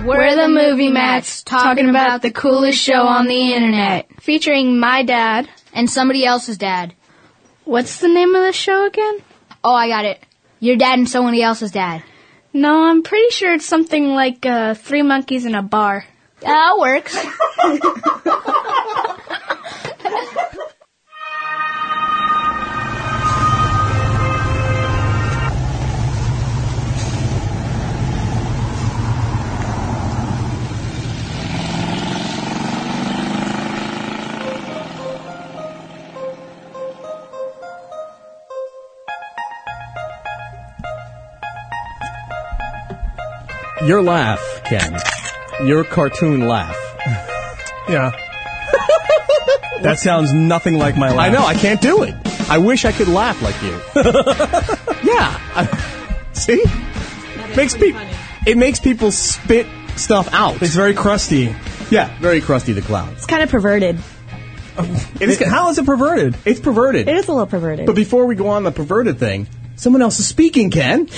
[SPEAKER 9] We're the Movie Mats, talking about the coolest show on the internet. Featuring my dad. And somebody else's dad. What's the name of the show again? Oh, I got it. Your dad and somebody else's dad. No, I'm pretty sure it's something like uh, Three Monkeys in a Bar. That works.
[SPEAKER 3] Your laugh, Ken. Your cartoon laugh.
[SPEAKER 4] Yeah. that sounds nothing like my laugh.
[SPEAKER 3] I know, I can't do it. I wish I could laugh like you. yeah. I- see? Makes people It makes people spit stuff out.
[SPEAKER 4] It's very crusty.
[SPEAKER 3] yeah, very crusty the clouds.
[SPEAKER 8] It's kind of perverted.
[SPEAKER 3] It is
[SPEAKER 4] How is it perverted?
[SPEAKER 3] it's perverted.
[SPEAKER 8] It is a little perverted.
[SPEAKER 3] But before we go on the perverted thing, someone else is speaking, Ken.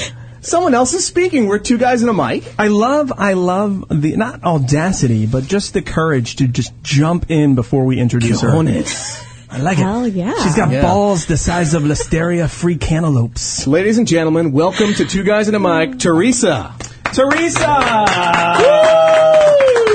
[SPEAKER 3] Someone else is speaking. We're two guys and a mic.
[SPEAKER 4] I love, I love the not audacity, but just the courage to just jump in before we introduce
[SPEAKER 3] Cojones.
[SPEAKER 4] her. I like
[SPEAKER 8] Hell
[SPEAKER 4] it.
[SPEAKER 8] yeah.
[SPEAKER 4] She's got
[SPEAKER 3] Yeah.
[SPEAKER 4] balls the size of listeria free cantaloupes.
[SPEAKER 3] Ladies and gentlemen, welcome to Two Guys and a Mic, Teresa.
[SPEAKER 4] Teresa,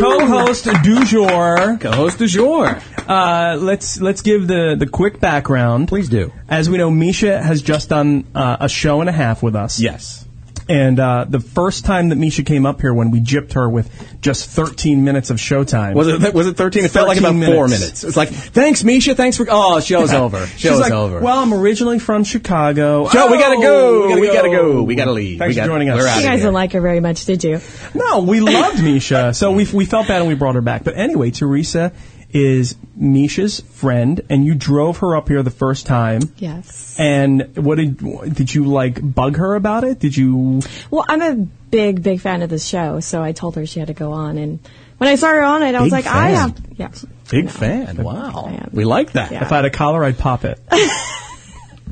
[SPEAKER 4] co-host du jour.
[SPEAKER 3] Co-host du jour.
[SPEAKER 4] Uh, let's let's give the the quick background.
[SPEAKER 3] Please do.
[SPEAKER 4] As we know, Misha has just done uh, a show and a half with us.
[SPEAKER 3] Yes.
[SPEAKER 4] And uh, the first time that Misha came up here, when we gypped her with just 13 minutes of showtime,
[SPEAKER 3] Was it was it 13? It felt like about
[SPEAKER 4] 13
[SPEAKER 3] four
[SPEAKER 4] minutes.
[SPEAKER 3] minutes. It's like, thanks, Misha. Thanks for. Oh, show's over.
[SPEAKER 4] She's
[SPEAKER 3] Show's
[SPEAKER 4] like,
[SPEAKER 3] over.
[SPEAKER 4] Well, I'm originally from Chicago. Oh,
[SPEAKER 3] Joe, we gotta go. We gotta go. We gotta leave. We
[SPEAKER 4] Thanks for
[SPEAKER 3] gotta-
[SPEAKER 4] joining us.
[SPEAKER 3] we're
[SPEAKER 8] you
[SPEAKER 3] outta
[SPEAKER 8] guys
[SPEAKER 3] here.
[SPEAKER 8] didn't like her very much, did you?
[SPEAKER 4] No, we loved Misha, so we we felt bad and we brought her back. But anyway, Teresa is Misha's friend, and you drove her up here the first time.
[SPEAKER 8] Yes.
[SPEAKER 4] And what did did you like bug her about it? Did you?
[SPEAKER 8] Well, I'm a big, big fan of the show, so I told her she had to go on. And when I saw her on it, I was
[SPEAKER 4] Big
[SPEAKER 8] like,
[SPEAKER 4] fan.
[SPEAKER 8] I have. Yeah.
[SPEAKER 3] Big fan. Wow.
[SPEAKER 8] am.
[SPEAKER 3] We like that.
[SPEAKER 8] Yeah.
[SPEAKER 4] If I had a collar, I'd pop it.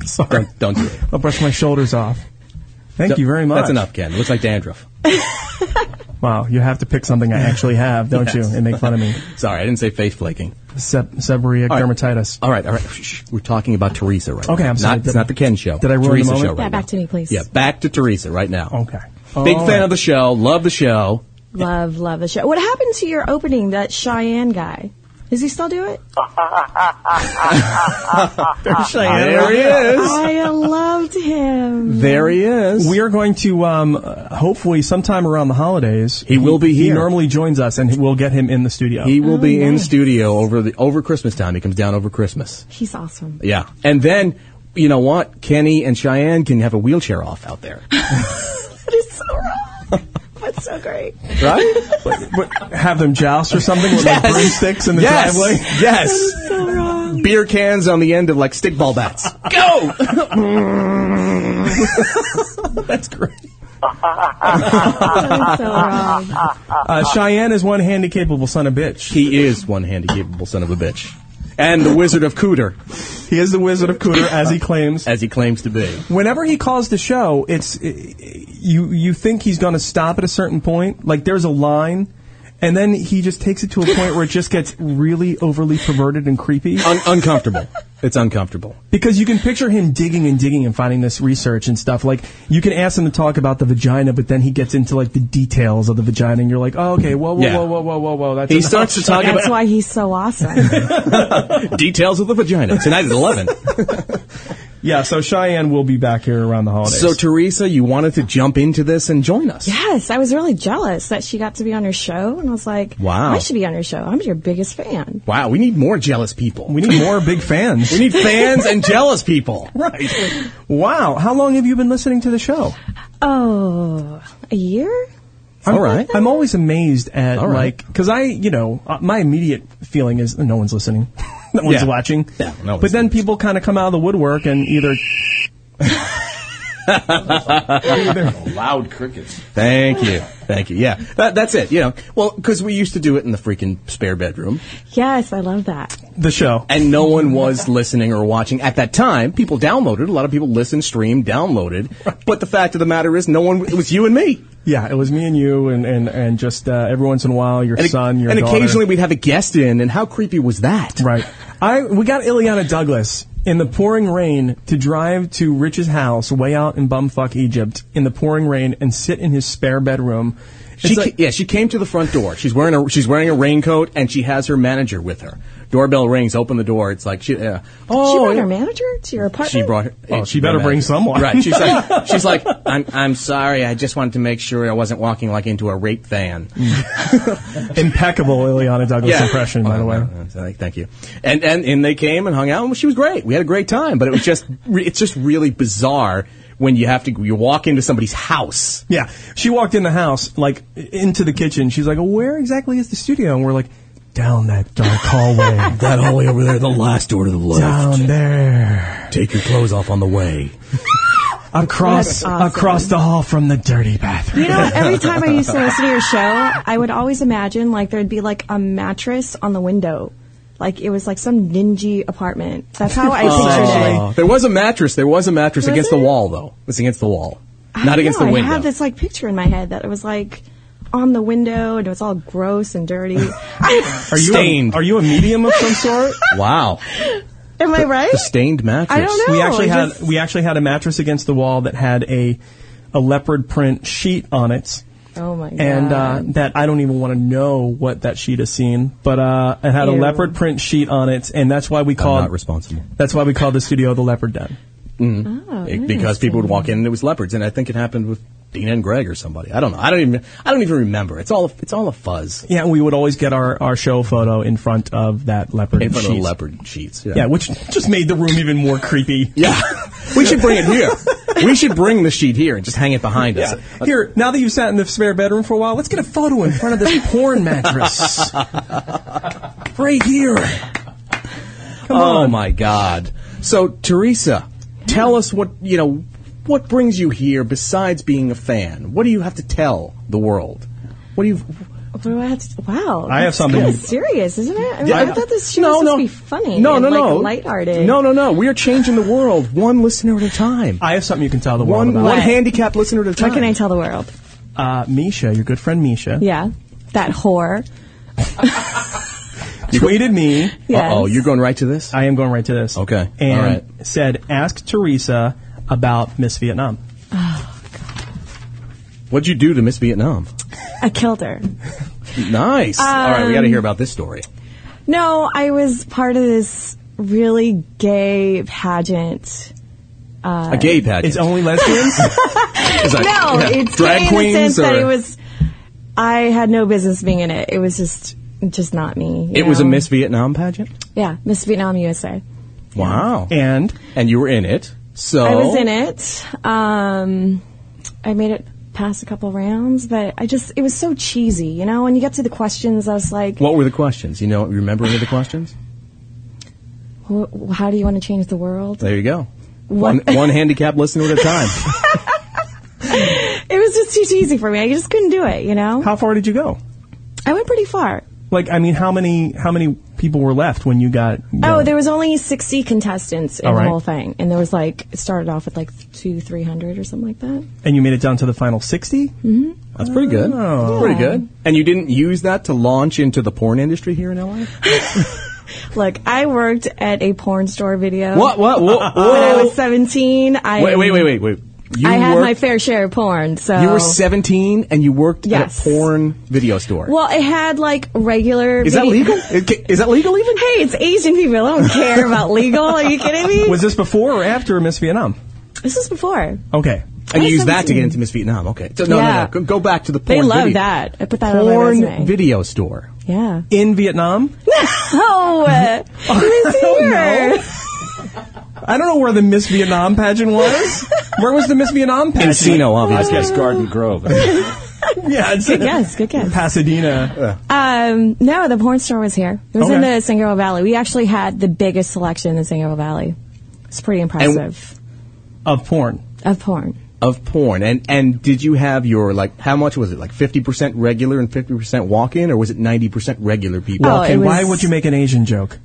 [SPEAKER 4] Sorry,
[SPEAKER 3] Don't, don't do it.
[SPEAKER 4] I'll brush my shoulders off. Thank
[SPEAKER 3] Don't-
[SPEAKER 4] you very much.
[SPEAKER 3] That's enough, Ken. Looks like dandruff.
[SPEAKER 4] Wow, you have to pick something I actually have, don't you? And make fun of me.
[SPEAKER 3] Sorry, I didn't say face flaking.
[SPEAKER 4] Seb- seborrheic
[SPEAKER 3] All right.
[SPEAKER 4] dermatitis.
[SPEAKER 3] All right, all right. Shh, shh. We're talking about Teresa right
[SPEAKER 4] Okay,
[SPEAKER 3] now.
[SPEAKER 4] I'm sorry.
[SPEAKER 3] Not, it's not the Ken show.
[SPEAKER 4] Did I ruin the
[SPEAKER 3] Teresa
[SPEAKER 4] moment?
[SPEAKER 3] show right
[SPEAKER 8] Yeah, back
[SPEAKER 3] now.
[SPEAKER 8] to me, please.
[SPEAKER 3] Yeah, back to Teresa right now.
[SPEAKER 4] Okay.
[SPEAKER 3] Big
[SPEAKER 4] All
[SPEAKER 3] fan
[SPEAKER 4] right.
[SPEAKER 3] of the show. Love the show.
[SPEAKER 8] Love, love the show. What happened to your opening, that Cheyenne guy? Does he still do it?
[SPEAKER 3] There he is.
[SPEAKER 8] I loved him.
[SPEAKER 3] There he is.
[SPEAKER 4] We are going to um, uh, hopefully sometime around the holidays.
[SPEAKER 3] He will be
[SPEAKER 4] He
[SPEAKER 3] here.
[SPEAKER 4] normally joins us, and we'll get him in the studio.
[SPEAKER 3] he will be in studio over the over Christmas time. He comes down over Christmas.
[SPEAKER 8] He's awesome.
[SPEAKER 3] Yeah, and then you know what? Kenny and Cheyenne can have a wheelchair off out there,
[SPEAKER 8] That is so wrong. That's so great.
[SPEAKER 3] right?
[SPEAKER 4] What, have them joust or something with like broomsticks in the
[SPEAKER 3] yes,
[SPEAKER 4] driveway.
[SPEAKER 3] yes.
[SPEAKER 8] So wrong.
[SPEAKER 3] Beer cans on the end of like stickball bats. Go.
[SPEAKER 4] That's great.
[SPEAKER 8] That's so wrong.
[SPEAKER 4] Uh, Cheyenne is one handy capable son of bitch.
[SPEAKER 3] He is one handed capable son of a bitch. And the Wizard of Cooter,
[SPEAKER 4] He is the Wizard of Cooter, as he claims.
[SPEAKER 3] as he claims to be.
[SPEAKER 4] Whenever he calls the show, it's you. You think he's going to stop at a certain point. Like there's a line. And then he just takes it to a point where it just gets really overly perverted and creepy.
[SPEAKER 3] Un- uncomfortable. It's uncomfortable.
[SPEAKER 4] Because you can picture him digging and digging and finding this research and stuff. Like you can ask him to talk about the vagina, but then he gets into like the details of the vagina, and you're like, oh, okay, whoa, whoa,
[SPEAKER 3] Yeah.
[SPEAKER 4] whoa, whoa, whoa, whoa, whoa. That's
[SPEAKER 3] He
[SPEAKER 4] enough.
[SPEAKER 3] starts to talk
[SPEAKER 8] That's
[SPEAKER 3] about
[SPEAKER 8] why he's so awesome.
[SPEAKER 3] details of the vagina tonight at 11.
[SPEAKER 4] Yeah, so Cheyenne will be back here around the holidays.
[SPEAKER 3] so, Teresa, you wanted to jump into this and join us.
[SPEAKER 8] yes, I was really jealous that she got to be on her show, and I was like,
[SPEAKER 3] Wow.
[SPEAKER 8] I should be on your show. I'm your biggest fan.
[SPEAKER 3] Wow, we need more jealous people.
[SPEAKER 4] we need more big fans.
[SPEAKER 3] We need fans and jealous people.
[SPEAKER 4] right. Wow, how long have you been listening to the show?
[SPEAKER 8] Oh, a year?
[SPEAKER 4] I'm,
[SPEAKER 3] All right.
[SPEAKER 4] I'm always amazed at
[SPEAKER 3] All right.
[SPEAKER 4] like because I, you know, uh, my immediate feeling is no one's listening, no one's
[SPEAKER 3] Yeah.
[SPEAKER 4] watching.
[SPEAKER 3] Yeah, no one's
[SPEAKER 4] but then people kind of come out of the woodwork and either
[SPEAKER 3] Loud crickets. Thank you. Thank you. Yeah, that, that's it. You know, well, because we used to do it in the freaking spare bedroom,
[SPEAKER 8] Yes, I love that.
[SPEAKER 4] The show.
[SPEAKER 3] and no one was listening or watching at that time. People downloaded. A lot of people listened, streamed, downloaded. But the fact of the matter is, no one. It was you and me,
[SPEAKER 4] Yeah, it was me and you, and and and just uh, every once in a while, your
[SPEAKER 3] and, oc-
[SPEAKER 4] son, your
[SPEAKER 3] and
[SPEAKER 4] daughter.
[SPEAKER 3] occasionally we'd have a guest in. And how creepy was that?
[SPEAKER 4] Right. I we got Ileana Douglas in the pouring rain to drive to Rich's house way out in bumfuck Egypt in the pouring rain and sit in his spare bedroom.
[SPEAKER 3] She
[SPEAKER 4] It's like-
[SPEAKER 3] ca- yeah, she came to the front door. She's wearing a she's wearing a raincoat, and she has her manager with her. Doorbell rings. Open the door. It's like she. Uh, oh,
[SPEAKER 8] she brought
[SPEAKER 3] yeah.
[SPEAKER 8] her manager to your apartment.
[SPEAKER 3] She brought. Her,
[SPEAKER 4] Well, she
[SPEAKER 3] brought
[SPEAKER 4] better
[SPEAKER 3] her
[SPEAKER 4] bring
[SPEAKER 3] manager.
[SPEAKER 4] someone.
[SPEAKER 3] Right. She's like, she's like, I'm, I'm sorry. I just wanted to make sure I wasn't walking like into a rape van.
[SPEAKER 4] impeccable Ileana Douglas impression, Mm, by the way.
[SPEAKER 3] Thank- Oh, Thank you. And and and they came and hung out. and She was great. We had a great time. But it was just, re- it's just really bizarre when you have to you walk into somebody's house.
[SPEAKER 4] Yeah, she walked in the house, like into the kitchen. She's like, "Where exactly is the studio?" And we're like, "Down that dark hallway,
[SPEAKER 3] That hallway over there, the last door to the left.
[SPEAKER 4] down there,
[SPEAKER 3] Take your clothes off on the way.
[SPEAKER 4] across
[SPEAKER 8] That's awesome.
[SPEAKER 4] across the hall from the dirty bathroom."
[SPEAKER 8] You know, every time I used to listen to your show, I would always imagine like there'd be like a mattress on the window. Like it was like some dingy apartment. That's how
[SPEAKER 3] Oh,
[SPEAKER 8] I pictured it.
[SPEAKER 3] There was a mattress. There was a mattress
[SPEAKER 8] Was
[SPEAKER 3] against
[SPEAKER 8] it?
[SPEAKER 3] the wall, though. It was against the wall,
[SPEAKER 8] I
[SPEAKER 3] not
[SPEAKER 8] don't
[SPEAKER 3] against
[SPEAKER 8] know,
[SPEAKER 3] the window.
[SPEAKER 8] I had this like picture in my head that it was like on the window and it was all gross and dirty. I,
[SPEAKER 4] Are you
[SPEAKER 3] Stained.
[SPEAKER 4] A, are you a medium of some sort?
[SPEAKER 3] wow,
[SPEAKER 8] am I right?
[SPEAKER 3] the stained mattress.
[SPEAKER 8] I don't know.
[SPEAKER 4] we actually
[SPEAKER 8] I
[SPEAKER 4] had
[SPEAKER 8] just-
[SPEAKER 4] we actually had a mattress against the wall that had a a leopard print sheet on it.
[SPEAKER 8] Oh my god.
[SPEAKER 4] And uh, that I don't even want to know what that sheet is seen, but uh, it had a
[SPEAKER 8] Ew.
[SPEAKER 4] leopard print sheet on it, and that's why we
[SPEAKER 3] I'm
[SPEAKER 4] called
[SPEAKER 3] not responsible.
[SPEAKER 4] that's why we called the studio the Leopard Den.
[SPEAKER 3] It- because people would walk in and it was leopards, and I think it happened with Dina and Greg or somebody. I don't know. I don't even. I don't even remember. It's all. It's all a fuzz
[SPEAKER 4] Yeah, and we would always get our, our show photo in front of that leopard
[SPEAKER 3] in front of
[SPEAKER 4] sheet.
[SPEAKER 3] the leopard sheets.
[SPEAKER 4] Yeah, which just made the room even more creepy.
[SPEAKER 3] Yeah. we should bring it here. We should bring the sheet here and just hang it behind us.
[SPEAKER 4] Here, now that you've sat in the spare bedroom for a while, let's get a photo in front of this porn mattress.
[SPEAKER 3] right here. oh my God! So Teresa, tell us what you know. What brings you here besides being a fan? What do you have to tell the world? What do you?
[SPEAKER 8] What do I have to- wow.
[SPEAKER 4] I have
[SPEAKER 8] that's
[SPEAKER 4] something-
[SPEAKER 8] kinda serious, isn't it? I, mean,
[SPEAKER 3] Yeah,
[SPEAKER 8] I
[SPEAKER 3] I-
[SPEAKER 8] thought this show was supposed to be funny.
[SPEAKER 3] No,
[SPEAKER 8] and,
[SPEAKER 3] no,
[SPEAKER 8] like,
[SPEAKER 3] no.
[SPEAKER 8] Lighthearted.
[SPEAKER 3] No, no, no. We are changing the world one listener at a time.
[SPEAKER 4] I have something you can tell the world
[SPEAKER 3] one
[SPEAKER 4] about.
[SPEAKER 3] one
[SPEAKER 8] What?
[SPEAKER 3] handicapped listener at a time.
[SPEAKER 8] What can I tell the world?
[SPEAKER 4] Uh, Misha, your good friend Misha,
[SPEAKER 8] Yeah. That whore.
[SPEAKER 4] tweeted me.
[SPEAKER 8] Yes.
[SPEAKER 3] Oh, you're going right to this?
[SPEAKER 4] I am going right to this.
[SPEAKER 3] Okay,
[SPEAKER 4] And
[SPEAKER 3] all right.
[SPEAKER 4] said, ask Teresa about Miss Vietnam.
[SPEAKER 3] What'd you do to Miss Vietnam?
[SPEAKER 8] I killed her.
[SPEAKER 3] Nice. All right, we
[SPEAKER 8] Um,
[SPEAKER 3] got to hear about this story.
[SPEAKER 8] No, I was part of this really gay pageant.
[SPEAKER 3] a gay pageant.
[SPEAKER 4] It's only lesbians.
[SPEAKER 3] Is that-
[SPEAKER 8] No,
[SPEAKER 3] yeah,
[SPEAKER 8] it's
[SPEAKER 3] drag
[SPEAKER 8] gay
[SPEAKER 3] queens
[SPEAKER 8] in the sense that
[SPEAKER 3] or-
[SPEAKER 8] it was. I had no business being in it. It was just, just not me. you
[SPEAKER 3] It was a
[SPEAKER 8] know?
[SPEAKER 3] Miss Vietnam pageant.
[SPEAKER 8] Yeah, Miss Vietnam USA.
[SPEAKER 3] Wow.
[SPEAKER 4] and
[SPEAKER 3] And you were in it. So
[SPEAKER 8] I was in it. Um, I made it past a couple rounds, but I just it was so cheesy, you know. When you got to the questions, I was like,
[SPEAKER 3] What were the questions? You know, you remember any of the questions?
[SPEAKER 8] "Wh- "How do you want to change the world?"
[SPEAKER 3] There you go. One,
[SPEAKER 8] What?
[SPEAKER 3] one handicapped listener at a time.
[SPEAKER 8] It was just too cheesy for me. I just couldn't do it, you know.
[SPEAKER 4] how far did you go?
[SPEAKER 8] I went pretty far.
[SPEAKER 4] Like, I mean, how many how many people were left when you got?
[SPEAKER 8] Oh, there was only 60 contestants in
[SPEAKER 4] All right.
[SPEAKER 8] the whole thing. And there was like, it started off with like two, 300 or something like that.
[SPEAKER 4] and you made it down to the final 60
[SPEAKER 3] That's pretty good.
[SPEAKER 8] Oh.
[SPEAKER 3] That's pretty good. And you didn't use that to launch into the porn industry here in LA?
[SPEAKER 8] Look, I worked at a porn store video.
[SPEAKER 3] What? What? Whoa,
[SPEAKER 8] When I
[SPEAKER 3] whoa.
[SPEAKER 8] was 17, I.
[SPEAKER 3] Wait, wait, wait, wait, wait. You
[SPEAKER 8] I had
[SPEAKER 3] worked,
[SPEAKER 8] my fair share of porn, so.
[SPEAKER 3] You were 17 and you worked
[SPEAKER 8] Yes.
[SPEAKER 3] at a porn video store.
[SPEAKER 8] Well, it had like regular.
[SPEAKER 3] Is that
[SPEAKER 8] video-
[SPEAKER 3] legal? It- Is that legal even?
[SPEAKER 8] Hey, it's Asian people. I don't care about legal. Are you kidding me?
[SPEAKER 4] was this before or after miss vietnam
[SPEAKER 8] this was before.
[SPEAKER 4] okay
[SPEAKER 3] And you
[SPEAKER 8] I
[SPEAKER 3] use that to get
[SPEAKER 8] 17.
[SPEAKER 3] into Miss Vietnam. Okay. So, no, no,
[SPEAKER 8] Yeah.
[SPEAKER 3] no. Go- Go back to the porn
[SPEAKER 8] They love
[SPEAKER 3] video.
[SPEAKER 8] that. I put that on my
[SPEAKER 3] Porn
[SPEAKER 8] resume.
[SPEAKER 3] video store.
[SPEAKER 8] yeah.
[SPEAKER 4] in vietnam Oh,
[SPEAKER 8] Oh, uh, Miss Here.
[SPEAKER 4] i don't know where the miss vietnam pageant was where was the miss vietnam pageant
[SPEAKER 3] Encino, obviously.
[SPEAKER 10] Yes, Garden Grove.
[SPEAKER 4] yeah it's
[SPEAKER 8] Good guess. Good guess.
[SPEAKER 4] pasadena
[SPEAKER 8] Um, no, the porn store was here. It was in
[SPEAKER 4] Okay.
[SPEAKER 8] the Sangamo Valley. We actually had the biggest selection in the Sangamo Valley. It's pretty impressive
[SPEAKER 4] of porn
[SPEAKER 8] of porn.
[SPEAKER 3] of porn. And and did you have your like how much was it? Like 50% regular and 50% walk-in or was it 90% regular people?
[SPEAKER 8] Oh,
[SPEAKER 4] Walking.
[SPEAKER 8] it
[SPEAKER 4] Why
[SPEAKER 8] was-
[SPEAKER 4] would you make an Asian joke?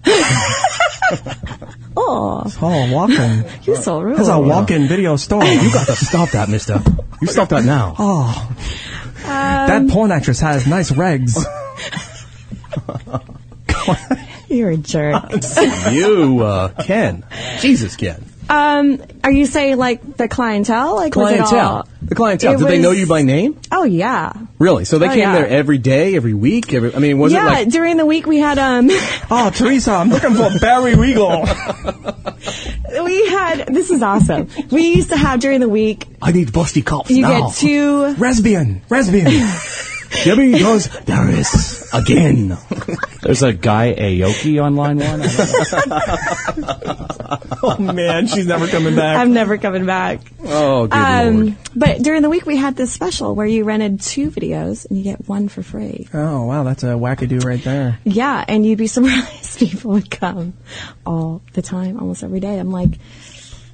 [SPEAKER 8] Oh,
[SPEAKER 4] Oh, walking.
[SPEAKER 8] you're so rude.
[SPEAKER 4] It's a walk-in video store. You got
[SPEAKER 3] Oh, to stop that, mister. You stop that now.
[SPEAKER 8] Oh. Um,
[SPEAKER 4] that porn actress has nice regs.
[SPEAKER 8] You're a jerk.
[SPEAKER 3] You, uh, Ken. Jesus, Ken.
[SPEAKER 8] Um, are you saying like the clientele? Like was it all-
[SPEAKER 3] Clientele. The clientele.
[SPEAKER 8] It
[SPEAKER 3] Did they know
[SPEAKER 8] was-
[SPEAKER 3] you by name?
[SPEAKER 8] Oh yeah.
[SPEAKER 3] Really? So they
[SPEAKER 8] Oh,
[SPEAKER 3] came
[SPEAKER 8] yeah.
[SPEAKER 3] there every day, every week? Every, I mean, was
[SPEAKER 8] yeah,
[SPEAKER 3] it like.
[SPEAKER 8] during the week we had um
[SPEAKER 4] Oh, Teresa, I'm looking for Barry Regal.
[SPEAKER 8] we had this is awesome. We used to have during the week
[SPEAKER 3] I need busty cops
[SPEAKER 8] you get two
[SPEAKER 4] Resbian. Resbian.
[SPEAKER 3] Jimmy goes, there is again.
[SPEAKER 11] There's a guy Aoki on line one. I don't know.
[SPEAKER 4] Oh, man, she's never coming back.
[SPEAKER 8] I'm never coming back.
[SPEAKER 3] Oh, good lord.
[SPEAKER 8] Um but during the week we had this special where you rented two videos and you get one for free.
[SPEAKER 4] oh, wow, that's a wackadoo right there.
[SPEAKER 8] Yeah, and you'd be surprised people would come all the time, almost every day. I'm like,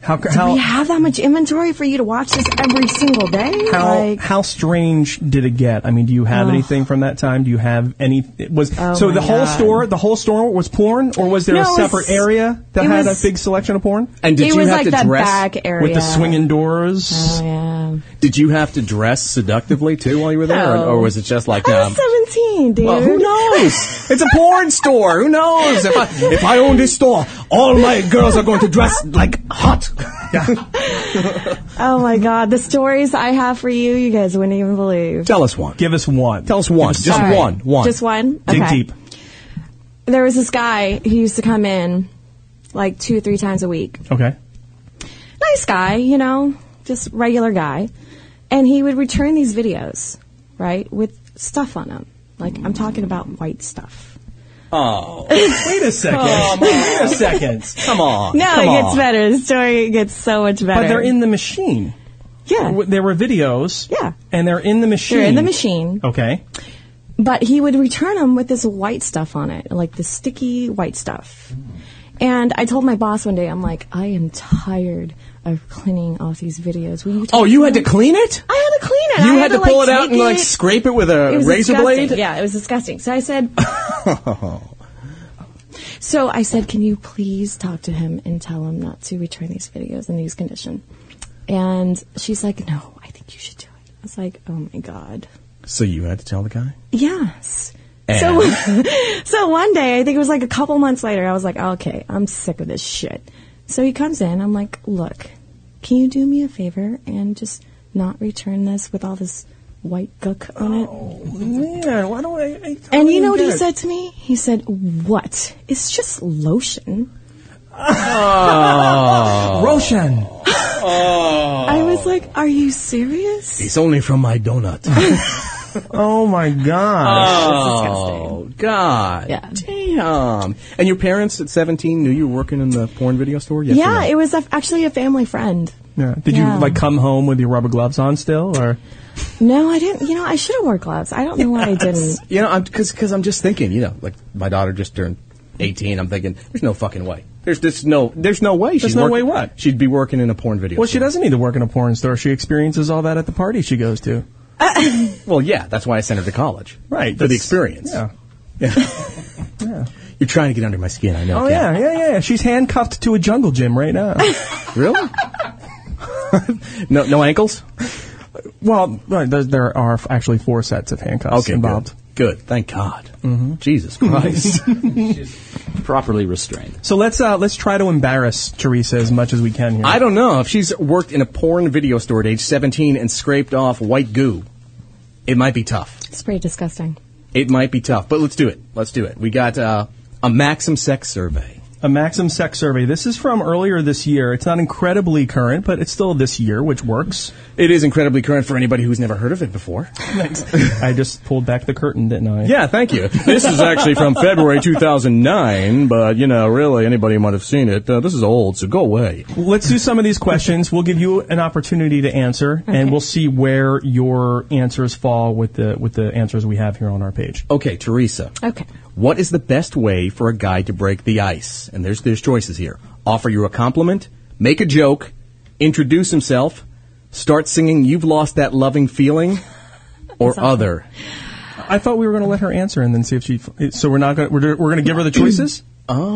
[SPEAKER 4] How,
[SPEAKER 8] do
[SPEAKER 4] how,
[SPEAKER 8] we have that much inventory for you to watch this every single day?
[SPEAKER 4] How
[SPEAKER 8] like
[SPEAKER 4] how strange did it get? I mean, do you have
[SPEAKER 8] Oh.
[SPEAKER 4] anything from that time? Do you have any? It was
[SPEAKER 8] Oh
[SPEAKER 4] so
[SPEAKER 8] my
[SPEAKER 4] the whole
[SPEAKER 8] God.
[SPEAKER 4] store, the whole store was porn, or was there
[SPEAKER 8] No,
[SPEAKER 4] a
[SPEAKER 8] it was-
[SPEAKER 4] separate area that
[SPEAKER 8] it
[SPEAKER 4] had
[SPEAKER 8] was-
[SPEAKER 4] a big selection of porn?
[SPEAKER 3] And did
[SPEAKER 8] it
[SPEAKER 3] you
[SPEAKER 8] was
[SPEAKER 3] have
[SPEAKER 8] like
[SPEAKER 3] to
[SPEAKER 8] that
[SPEAKER 3] dress
[SPEAKER 8] back area
[SPEAKER 4] With the swinging doors,
[SPEAKER 8] Oh yeah.
[SPEAKER 3] Did you have to dress seductively too while you were there,
[SPEAKER 8] No.
[SPEAKER 3] or, or was it just like
[SPEAKER 8] I
[SPEAKER 3] um,
[SPEAKER 8] was 17, dude.
[SPEAKER 3] Well, who knows? it's a porn store. Who knows? If I if I own this store, all my girls are going to dress like hot.
[SPEAKER 8] Oh my god, the stories I have for you, you guys wouldn't even believe.
[SPEAKER 3] Tell us one.
[SPEAKER 4] give us one.
[SPEAKER 3] Tell us one. Just
[SPEAKER 8] All right.
[SPEAKER 3] one. One.
[SPEAKER 8] Just one?
[SPEAKER 4] Dig
[SPEAKER 8] Okay.
[SPEAKER 4] deep.
[SPEAKER 8] There was this guy who used to come in like two or three times a week.
[SPEAKER 4] Okay.
[SPEAKER 8] Nice guy, you know, just regular guy. And he would return these videos, right, with stuff on them. Like, I'm talking about white stuff.
[SPEAKER 4] Wait a second. Wait a second.
[SPEAKER 3] Come on.
[SPEAKER 8] No,
[SPEAKER 3] Come
[SPEAKER 8] it
[SPEAKER 3] on.
[SPEAKER 8] gets better. The story gets so much better.
[SPEAKER 4] But they're in the machine.
[SPEAKER 8] Yeah.
[SPEAKER 4] W- There were videos.
[SPEAKER 8] Yeah.
[SPEAKER 4] And they're in the machine.
[SPEAKER 8] They're in the machine.
[SPEAKER 4] Okay.
[SPEAKER 8] but he would return them with this white stuff on it, like the sticky white stuff. And I told my boss one day, I'm like, I am tired of cleaning off these videos. Will you
[SPEAKER 3] Oh,
[SPEAKER 8] take
[SPEAKER 3] you had to
[SPEAKER 8] them?"
[SPEAKER 3] clean it.
[SPEAKER 8] I had to clean it.
[SPEAKER 3] You
[SPEAKER 8] I
[SPEAKER 3] had to pull
[SPEAKER 8] like,
[SPEAKER 3] it out
[SPEAKER 8] take
[SPEAKER 3] and like scrape it with a
[SPEAKER 8] It was
[SPEAKER 3] razor
[SPEAKER 8] disgusting.
[SPEAKER 3] blade.
[SPEAKER 8] Yeah, it was disgusting. So I said. So I said, can you please talk to him and tell him not to return these videos in these condition? And she's like, no, I think you should do it. I was like, oh my god.
[SPEAKER 3] So you had to tell the guy.
[SPEAKER 8] Yes.
[SPEAKER 3] And
[SPEAKER 8] So, so one day, I think it was like a couple months later, I was like, okay, I'm sick of this shit. So he comes in, I'm like, look, can you do me a favor and just not return this with all this white gook on it?
[SPEAKER 4] Man, why do I? I totally
[SPEAKER 8] and you know what
[SPEAKER 4] get
[SPEAKER 8] he
[SPEAKER 4] it.
[SPEAKER 8] said to me? He said, what? It's just lotion.
[SPEAKER 4] Roshan.
[SPEAKER 8] I was
[SPEAKER 3] Oh.
[SPEAKER 8] like, are you serious?
[SPEAKER 3] it's only from my donut.
[SPEAKER 4] Oh my god.
[SPEAKER 3] oh God.
[SPEAKER 8] Yeah.
[SPEAKER 3] Damn. And your parents at 17 knew you were working in the porn video store. Yes or no?
[SPEAKER 8] Yeah, it was a, actually a family friend.
[SPEAKER 4] Yeah. Did
[SPEAKER 8] Yeah.
[SPEAKER 4] you like come home with your rubber gloves on still, or?
[SPEAKER 8] No, I didn't. You know, I should have wore gloves. I don't know why I didn't.
[SPEAKER 3] You know, I'm because because I'm just thinking. You know, like my daughter just turned 18. I'm thinking, there's no fucking way. There's just no. There's no way.
[SPEAKER 4] There's
[SPEAKER 3] she's
[SPEAKER 4] no
[SPEAKER 3] work-
[SPEAKER 4] way what?
[SPEAKER 3] She'd be working in a porn video.
[SPEAKER 4] Well, she
[SPEAKER 3] store.
[SPEAKER 4] doesn't need to work in a porn store. She experiences all that at the party she goes to.
[SPEAKER 3] Well, yeah. That's why I sent her to college.
[SPEAKER 4] Right,
[SPEAKER 3] For the
[SPEAKER 4] that's-
[SPEAKER 3] experience.
[SPEAKER 4] Yeah.
[SPEAKER 3] You're trying to get under my skin. I know.
[SPEAKER 4] Oh
[SPEAKER 3] Kat.
[SPEAKER 4] yeah, yeah, yeah. yeah. She's handcuffed to a jungle gym right now.
[SPEAKER 3] Really? no, no ankles.
[SPEAKER 4] well, no, there, there are f- actually four sets of handcuffs
[SPEAKER 3] Okay.
[SPEAKER 4] involved.
[SPEAKER 3] Good. Good. Thank God. Jesus Christ.
[SPEAKER 11] Properly restrained.
[SPEAKER 4] So let's uh, let's try to embarrass Teresa as much as we can here.
[SPEAKER 3] I don't know if she's worked in a porn video store at age 17 and scraped off white goo. It might be tough.
[SPEAKER 8] It's pretty disgusting.
[SPEAKER 3] It might be tough, but let's do it. Let's do it. We got uh, a Maxim sex survey.
[SPEAKER 4] a Maxim sex survey. This is from earlier this year. It's not incredibly current, but it's still this year, which works.
[SPEAKER 3] It is incredibly current for anybody who's never heard of it before.
[SPEAKER 4] I just pulled back the curtain, didn't I?
[SPEAKER 3] yeah, thank you. This is actually from February 2009, but you know, really anybody might have seen it. Uh, this is old, so go away.
[SPEAKER 4] Let's do some of these questions. We'll give you an opportunity to answer, and we'll see where your answers fall with the with the answers we have here on our page.
[SPEAKER 3] Okay, Teresa.
[SPEAKER 8] Okay.
[SPEAKER 3] What is the best way for a guy to break the ice? And there's there's choices here. Offer you a compliment, make a joke, introduce himself, Start singing You've Lost That Loving Feeling or Other.
[SPEAKER 4] I thought we were going to let her answer and then see if she. So we're not going. to We're, we're going to give her the choices.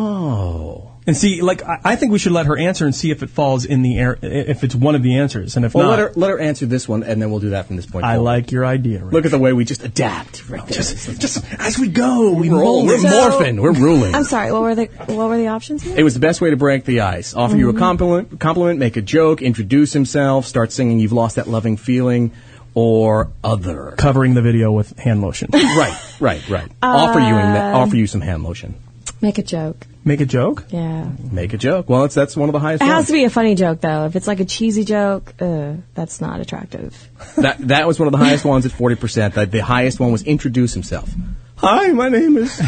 [SPEAKER 3] Oh.
[SPEAKER 4] And see, like I, I think we should let her answer and see if it falls in the air, if it's one of the answers, and if
[SPEAKER 3] Well,
[SPEAKER 4] not,
[SPEAKER 3] let her, let her answer this one, and then we'll do that from this point
[SPEAKER 4] I
[SPEAKER 3] forward.
[SPEAKER 4] like your idea. Rick.
[SPEAKER 3] Look at the way we just adapt right there.
[SPEAKER 4] just, just as we go, we
[SPEAKER 3] We're, all-
[SPEAKER 4] mold
[SPEAKER 3] we're
[SPEAKER 4] it.
[SPEAKER 3] morphing. We're ruling.
[SPEAKER 8] I'm sorry. What were the what were the options?
[SPEAKER 3] It was the best way to break the ice. Offer
[SPEAKER 8] Mm-hmm.
[SPEAKER 3] you a compliment, compliment, make a joke, introduce himself, start singing "You've Lost That Loving Feeling," or other.
[SPEAKER 4] covering the video with hand motion.
[SPEAKER 3] right, right, right. offer you in that, offer you some hand lotion.
[SPEAKER 8] Uh, Make a joke.
[SPEAKER 4] Make a joke.
[SPEAKER 8] Yeah.
[SPEAKER 3] Make a joke. Well, it's that's one of the highest.
[SPEAKER 8] It has
[SPEAKER 3] ones.
[SPEAKER 8] to be a funny joke though. If it's like a cheesy joke, uh, that's not attractive.
[SPEAKER 3] that that was one of the highest ones at forty percent. The, the highest one was introduce himself. Hi, my name is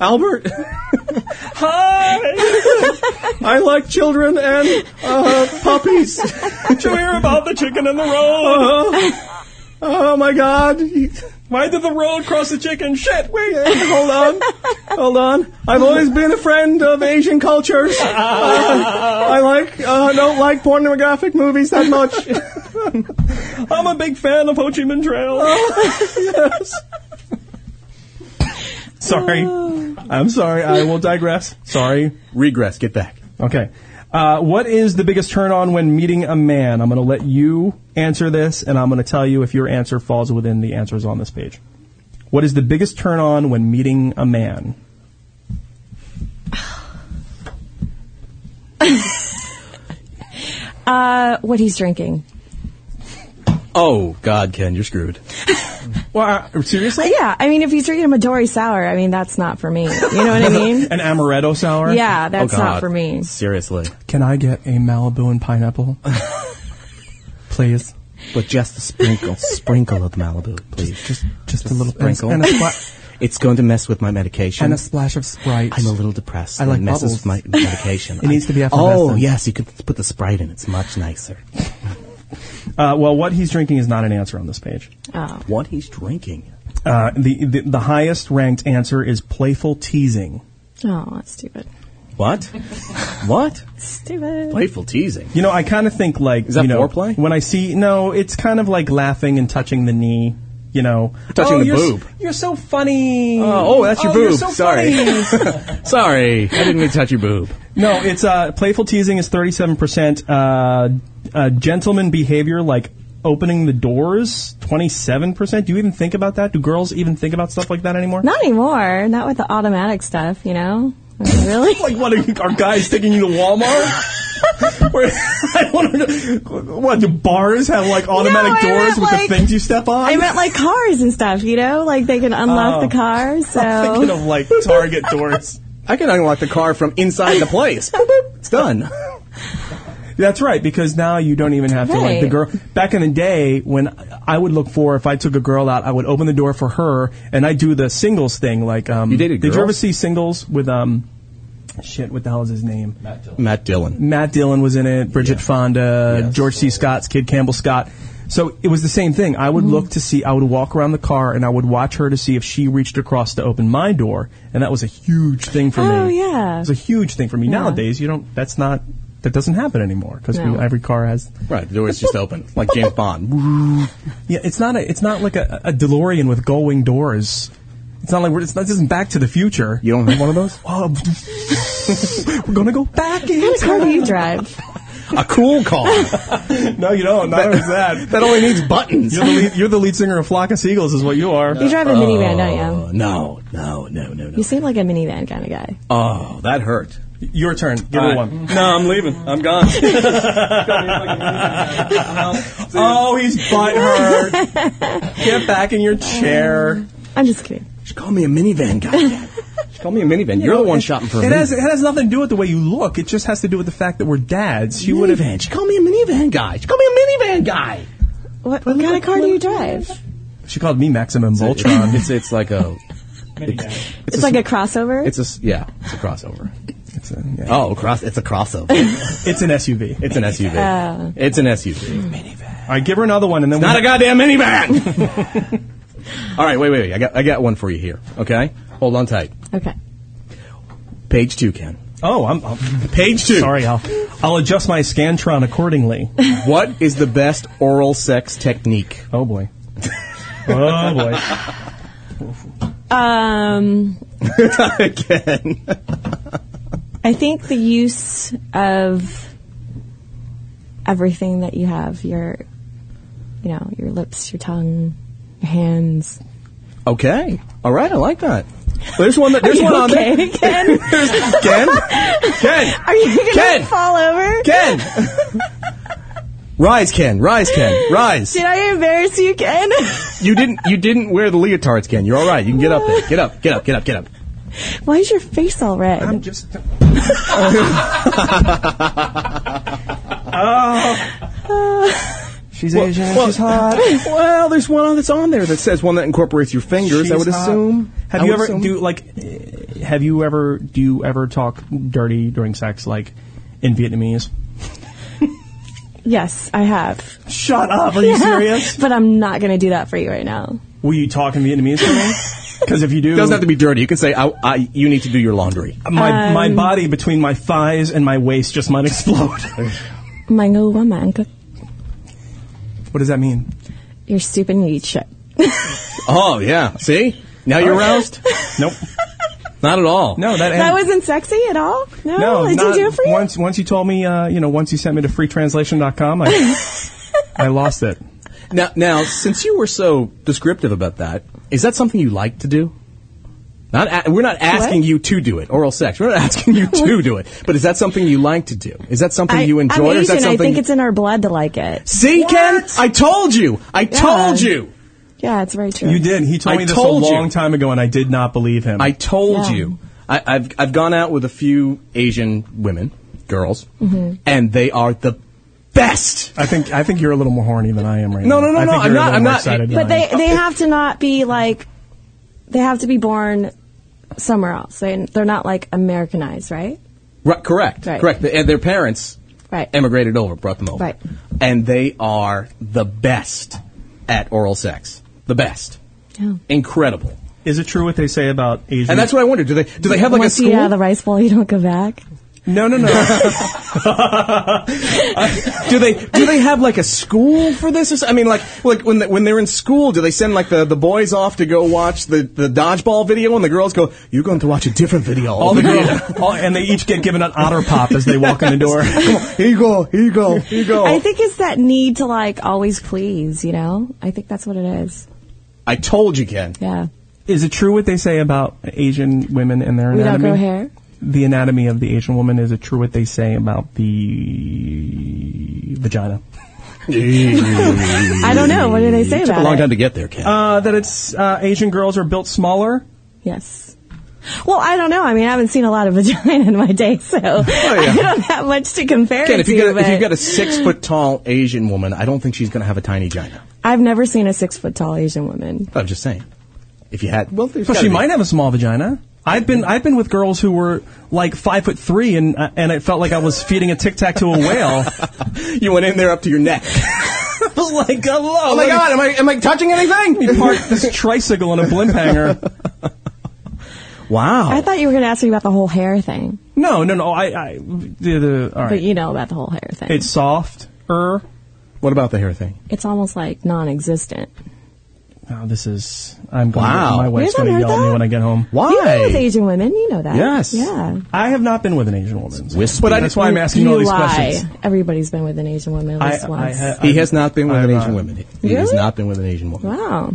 [SPEAKER 3] Albert. Hi, I like children and uh, puppies. Did you hear about the chicken and the road? Oh my God! Why did the road cross the chicken? Shit! Wait, hold on, hold on. I've always been a friend of Asian cultures. Uh, I like uh, don't like pornographic movies that much. I'm a big fan of Ho Chi Minh Trail. Oh,
[SPEAKER 4] Sorry,
[SPEAKER 3] Oh.
[SPEAKER 4] I'm sorry. I will digress. Sorry.
[SPEAKER 3] Regress, get back.
[SPEAKER 4] Okay. Uh, what is the biggest turn on when meeting a man? I'm going to let you answer this, and I'm going to tell you if your answer falls within the answers on this page. What is the biggest turn on when meeting a man?
[SPEAKER 8] Uh, what he's drinking.
[SPEAKER 3] Oh God, Ken, you're screwed.
[SPEAKER 4] Well, uh, seriously?
[SPEAKER 8] Yeah, I mean, if he's drinking a Midori sour, I mean, that's not for me. You know what I mean?
[SPEAKER 4] An amaretto sour?
[SPEAKER 8] Yeah, Uh, that's
[SPEAKER 3] oh, God.
[SPEAKER 8] not for me.
[SPEAKER 3] Seriously,
[SPEAKER 4] Can I get a Malibu and pineapple? Please.
[SPEAKER 3] but just a sprinkle, sprinkle of Malibu, please. Just,
[SPEAKER 4] Just a little
[SPEAKER 3] sprinkle.
[SPEAKER 4] And, a spla-
[SPEAKER 3] it's going to mess with my medication.
[SPEAKER 4] and a splash of Sprite.
[SPEAKER 3] I'm a little depressed.
[SPEAKER 4] I like
[SPEAKER 3] it messes
[SPEAKER 4] bubbles.
[SPEAKER 3] with my medication.
[SPEAKER 4] It needs to be
[SPEAKER 3] Oh
[SPEAKER 4] effervescent.
[SPEAKER 3] yes, you could put the Sprite in. It's much nicer.
[SPEAKER 4] Uh, well, what he's drinking is not an answer on this page.
[SPEAKER 3] What he's drinking.
[SPEAKER 4] Uh, the, the the highest ranked answer is playful teasing.
[SPEAKER 8] Oh, that's stupid.
[SPEAKER 3] What? what?
[SPEAKER 8] Stupid.
[SPEAKER 3] Playful teasing.
[SPEAKER 4] You know, I kind of think like
[SPEAKER 3] that
[SPEAKER 4] you know,
[SPEAKER 3] foreplay?
[SPEAKER 4] When I see no, it's kind of like laughing and touching the knee. You know,
[SPEAKER 3] Touching
[SPEAKER 4] oh,
[SPEAKER 3] the
[SPEAKER 4] you're s-
[SPEAKER 3] boob.
[SPEAKER 4] you're so funny.
[SPEAKER 3] oh, that's your
[SPEAKER 4] you're
[SPEAKER 3] boob.
[SPEAKER 4] so
[SPEAKER 3] Sorry.
[SPEAKER 4] funny.
[SPEAKER 3] Sorry, I didn't mean to touch your boob.
[SPEAKER 4] no, it's uh, playful teasing is thirty seven percent. Uh, uh, gentleman behavior like opening the doors twenty seven percent. Do you even think about that? Do girls even think about stuff like that anymore?
[SPEAKER 8] Not anymore. Not with the automatic stuff, you know? I mean, really?
[SPEAKER 4] Like, what are, you, are guys taking you to Walmart? Where- I don't know. What do bars have like automatic
[SPEAKER 8] No, I
[SPEAKER 4] doors
[SPEAKER 8] meant,
[SPEAKER 4] with
[SPEAKER 8] like-
[SPEAKER 4] the things you step on?
[SPEAKER 8] I meant like cars and stuff, you know? Like they can unlock
[SPEAKER 4] Oh.
[SPEAKER 8] the car,
[SPEAKER 4] I'm thinking
[SPEAKER 8] so.
[SPEAKER 4] of like Target doors.
[SPEAKER 3] I can unlock the car from inside the place. Boop, boop. it's done.
[SPEAKER 4] That's right, because now you don't even have to like the
[SPEAKER 8] Right.
[SPEAKER 4] girl. Back in the day, when I would look for if I took a girl out, I would open the door for her, and I do the singles thing. Like, um,
[SPEAKER 3] You dated
[SPEAKER 4] did you
[SPEAKER 3] girls?
[SPEAKER 4] ever see singles with um, shit? What the hell is his name?
[SPEAKER 3] Matt Dillon.
[SPEAKER 4] Matt Dillon was in it, Bridget Fonda,
[SPEAKER 3] Yes.
[SPEAKER 4] George C. Scott's Kid Campbell Scott. So it was the same thing. I
[SPEAKER 8] Mm-hmm.
[SPEAKER 4] would look to see, I would walk around the car and I would watch her to see if she reached across to open my door. And that was a huge thing for
[SPEAKER 8] Oh,
[SPEAKER 4] me.
[SPEAKER 8] yeah.
[SPEAKER 4] It was a huge thing for me. Nowadays, you don't, that's not, that doesn't happen anymore because
[SPEAKER 8] No.
[SPEAKER 4] every car has.
[SPEAKER 3] Right, the door is just open, like James Bond.
[SPEAKER 4] Yeah, it's not a, it's not like a, a DeLorean with going doors. It's not like we're, it's not, this isn't back to the future.
[SPEAKER 3] You don't have one of those?
[SPEAKER 4] Oh, we're gonna go back in
[SPEAKER 8] What car do you drive?
[SPEAKER 3] A cool car.
[SPEAKER 4] No, you don't. Not that, that.
[SPEAKER 3] That only needs buttons.
[SPEAKER 4] You're the, lead, you're the lead singer of Flock of Seagulls, is what you are.
[SPEAKER 8] You drive a minivan, don't
[SPEAKER 3] Oh,
[SPEAKER 8] you?
[SPEAKER 3] no, no, no, no, no.
[SPEAKER 8] You seem like a minivan kind of guy.
[SPEAKER 3] Oh, that hurt.
[SPEAKER 4] Your turn. Give her one.
[SPEAKER 5] No, I'm leaving. I'm gone.
[SPEAKER 4] Oh, he's butt hurt. Get back in your chair.
[SPEAKER 8] I'm just kidding.
[SPEAKER 3] Just call me a minivan guy. Just call me a minivan. You're the one shopping for a
[SPEAKER 4] It has it
[SPEAKER 3] minivan.
[SPEAKER 4] has nothing to do with the way you look. It just has to do with the fact that we're dads. She would have.
[SPEAKER 3] minivan. Just call me a minivan guy. Just call me a minivan guy.
[SPEAKER 8] What, what kind of car do you drive?
[SPEAKER 4] She called me Maximum Voltron.
[SPEAKER 3] It's it's like a
[SPEAKER 8] It's like a crossover?
[SPEAKER 3] it's a s- yeah it's a crossover.
[SPEAKER 4] it's, a, yeah.
[SPEAKER 3] Oh, cross it's a crossover.
[SPEAKER 4] it's an SUV.
[SPEAKER 3] It's an SUV.
[SPEAKER 8] Oh.
[SPEAKER 3] It's an SUV. Minivan.
[SPEAKER 4] All right, give her another one, and then
[SPEAKER 3] Not
[SPEAKER 4] we,
[SPEAKER 3] a goddamn minivan. All right, wait, wait, wait. I got I got one for you here. Okay, hold on tight.
[SPEAKER 8] okay.
[SPEAKER 3] Page two, Ken.
[SPEAKER 4] Oh, I'm, I'm
[SPEAKER 3] Page two.
[SPEAKER 4] sorry. I'll I'll adjust my scantron accordingly.
[SPEAKER 3] What is the best oral sex technique?
[SPEAKER 4] Oh boy. Oh boy.
[SPEAKER 8] Um, I think the use of everything that you have your, you know, your lips, your tongue, your hands.
[SPEAKER 3] Okay. All right. I like that. There's one. That, there's
[SPEAKER 8] you
[SPEAKER 3] one on
[SPEAKER 8] okay,
[SPEAKER 3] there.
[SPEAKER 8] Ken?
[SPEAKER 3] There's Ken. Ken.
[SPEAKER 8] Are you gonna
[SPEAKER 3] Ken!
[SPEAKER 8] fall over?
[SPEAKER 3] Ken. Rise, Ken. Rise, Ken. Rise.
[SPEAKER 8] Did I embarrass you, Ken?
[SPEAKER 3] You didn't. You didn't wear the leotards, Ken. You're all right. You can get up there. Get up. Get up. Get up. Get up.
[SPEAKER 8] Why is your face all red?
[SPEAKER 4] I'm just. Oh. She's Asian. she's hot.
[SPEAKER 3] Well, there's one that's on there that says one that incorporates your fingers. I would
[SPEAKER 4] She's hot.
[SPEAKER 3] assume.
[SPEAKER 4] Have
[SPEAKER 3] I
[SPEAKER 4] you
[SPEAKER 3] would
[SPEAKER 4] ever
[SPEAKER 3] assume.
[SPEAKER 4] do like? eh, Have you ever do you ever talk dirty during sex like in Vietnamese?
[SPEAKER 8] yes, I have.
[SPEAKER 4] Shut up! Are you serious?
[SPEAKER 8] but I'm not gonna do that for you right now.
[SPEAKER 4] Will you talk in Vietnamese to me? Because if you do,
[SPEAKER 3] It doesn't have to be dirty. You can say, I, I, "You need to do your laundry."
[SPEAKER 4] my my body between my thighs and my waist just might explode.
[SPEAKER 8] Mango woman,
[SPEAKER 4] what does that mean?
[SPEAKER 8] you're stupid and you eat shit.
[SPEAKER 3] Oh yeah. See, now you're roused.
[SPEAKER 4] Nope.
[SPEAKER 3] Not at all.
[SPEAKER 4] No, that
[SPEAKER 8] That wasn't sexy at all. No,
[SPEAKER 4] no.
[SPEAKER 8] I didn't
[SPEAKER 4] not-
[SPEAKER 8] do it for you.
[SPEAKER 4] Once once you told me, uh, you know, once you sent me to freetranslation.com, I I lost it.
[SPEAKER 3] Now, now, since you were so descriptive about that, is that something you like to do? Not a- we're not asking
[SPEAKER 8] What?
[SPEAKER 3] you to do it, oral sex. We're not asking you to do it. But is that something you like to do? Is that something
[SPEAKER 8] I,
[SPEAKER 3] you enjoy?
[SPEAKER 8] I'm
[SPEAKER 3] or is that
[SPEAKER 8] Asian. I
[SPEAKER 3] something?
[SPEAKER 8] think it's in our blood to like it.
[SPEAKER 3] See, Ken, I told you. I told you.
[SPEAKER 8] Yeah, it's very true.
[SPEAKER 4] You did. He told
[SPEAKER 3] I
[SPEAKER 4] me this
[SPEAKER 3] told
[SPEAKER 4] a
[SPEAKER 3] you.
[SPEAKER 4] long time ago, and I did not believe him.
[SPEAKER 3] I told
[SPEAKER 8] Yeah.
[SPEAKER 3] you. I, I've I've gone out with a few Asian women, girls,
[SPEAKER 8] Mm-hmm.
[SPEAKER 3] and they are the best.
[SPEAKER 4] I think I think you're a little more horny than I am right
[SPEAKER 3] No,
[SPEAKER 4] now.
[SPEAKER 3] no, no,
[SPEAKER 4] I
[SPEAKER 3] no,
[SPEAKER 4] think
[SPEAKER 3] I'm
[SPEAKER 4] you're a
[SPEAKER 3] not-
[SPEAKER 4] little
[SPEAKER 3] I'm
[SPEAKER 4] more
[SPEAKER 3] not-
[SPEAKER 4] excited than
[SPEAKER 8] But
[SPEAKER 4] I am.
[SPEAKER 8] they they have to not be like they have to be born somewhere else. They they're not like Americanized, right?
[SPEAKER 3] Right, correct.
[SPEAKER 8] Right.
[SPEAKER 3] Correct. And their parents
[SPEAKER 8] Right.
[SPEAKER 3] emigrated over, brought them over.
[SPEAKER 8] Right.
[SPEAKER 3] And they are the best at oral sex. The best.
[SPEAKER 8] Yeah.
[SPEAKER 3] Incredible.
[SPEAKER 4] Is it true what they say about Asian?
[SPEAKER 3] And that's what I wonder. Do they do they have like
[SPEAKER 8] Once
[SPEAKER 3] a
[SPEAKER 8] you
[SPEAKER 3] school?
[SPEAKER 8] get out of the rice bowl, you don't go back.
[SPEAKER 4] No, no, no.
[SPEAKER 3] do they do they have like a school for this? Or so- I mean, like like when the, when they're in school, do they send like the, the boys off to go watch the, the dodgeball video, and the girls go, "You're going to watch a different video."
[SPEAKER 4] all the girls, all, oh, and they each get given an otter pop as they walk in the door.
[SPEAKER 3] here you go, here you go, here you go.
[SPEAKER 8] I think it's that need to like always please. You know, I think that's what it is.
[SPEAKER 3] I told you, Ken.
[SPEAKER 8] Yeah,
[SPEAKER 4] Is it true what they say about Asian women and their
[SPEAKER 8] we don't
[SPEAKER 4] anatomy?
[SPEAKER 8] grow hair.
[SPEAKER 4] The anatomy of the Asian woman. Is it true what they say about the vagina?
[SPEAKER 8] I don't know. What do they say
[SPEAKER 3] It Oh, took
[SPEAKER 8] about
[SPEAKER 3] a long
[SPEAKER 8] it?
[SPEAKER 3] time to get there, Ken.
[SPEAKER 4] Uh, that it's uh, Asian girls are built smaller.
[SPEAKER 8] Yes. Well, I don't know. I mean, I haven't seen a lot of vagina in my day, so I don't have much to compare
[SPEAKER 3] Oh, Ken, if
[SPEAKER 8] it to.
[SPEAKER 3] you got a, if
[SPEAKER 8] but
[SPEAKER 3] you've got a six foot tall Asian woman, I don't think she's going to have a tiny vagina.
[SPEAKER 8] I've never seen a six foot tall Asian woman.
[SPEAKER 3] I'm just saying. If you had, well, there's
[SPEAKER 4] Well,
[SPEAKER 3] gotta
[SPEAKER 4] she
[SPEAKER 3] be-
[SPEAKER 4] might have a small vagina. I've been I've been with girls who were like five foot three, and uh, and it felt like I was feeding a tic tac to a whale.
[SPEAKER 3] You went in there up to your neck.
[SPEAKER 4] like hello,
[SPEAKER 3] Oh my God! Am I am I touching anything?
[SPEAKER 4] Park this tricycle in a blimp hanger.
[SPEAKER 3] Wow.
[SPEAKER 8] I thought you were going to ask me about the whole hair thing,
[SPEAKER 4] No, no, no. I, I the, the all
[SPEAKER 8] but
[SPEAKER 4] right.
[SPEAKER 8] you know about the whole hair thing.
[SPEAKER 4] It's soft. Er.
[SPEAKER 3] what about the hair thing?
[SPEAKER 8] it's almost like non-existent.
[SPEAKER 4] Oh, this is. I'm going.
[SPEAKER 3] Wow.
[SPEAKER 4] My wife's
[SPEAKER 8] You haven't
[SPEAKER 4] going to
[SPEAKER 8] heard
[SPEAKER 4] yell at me
[SPEAKER 8] that?
[SPEAKER 4] when I get home.
[SPEAKER 3] Why?
[SPEAKER 8] You know with Asian women, you know that.
[SPEAKER 3] Yes.
[SPEAKER 8] Yeah.
[SPEAKER 4] I have not been with an Asian woman.
[SPEAKER 3] Wispy.
[SPEAKER 4] But I, that's why I'm asking
[SPEAKER 8] you
[SPEAKER 4] all these
[SPEAKER 8] lie.
[SPEAKER 4] questions.
[SPEAKER 8] Everybody's been with an Asian woman at
[SPEAKER 4] I-
[SPEAKER 8] least
[SPEAKER 4] I
[SPEAKER 8] once.
[SPEAKER 4] ha-
[SPEAKER 3] he has not been with an
[SPEAKER 4] I'm not-
[SPEAKER 3] Asian woman. He has
[SPEAKER 8] Really?
[SPEAKER 3] not been with an Asian woman.
[SPEAKER 8] wow.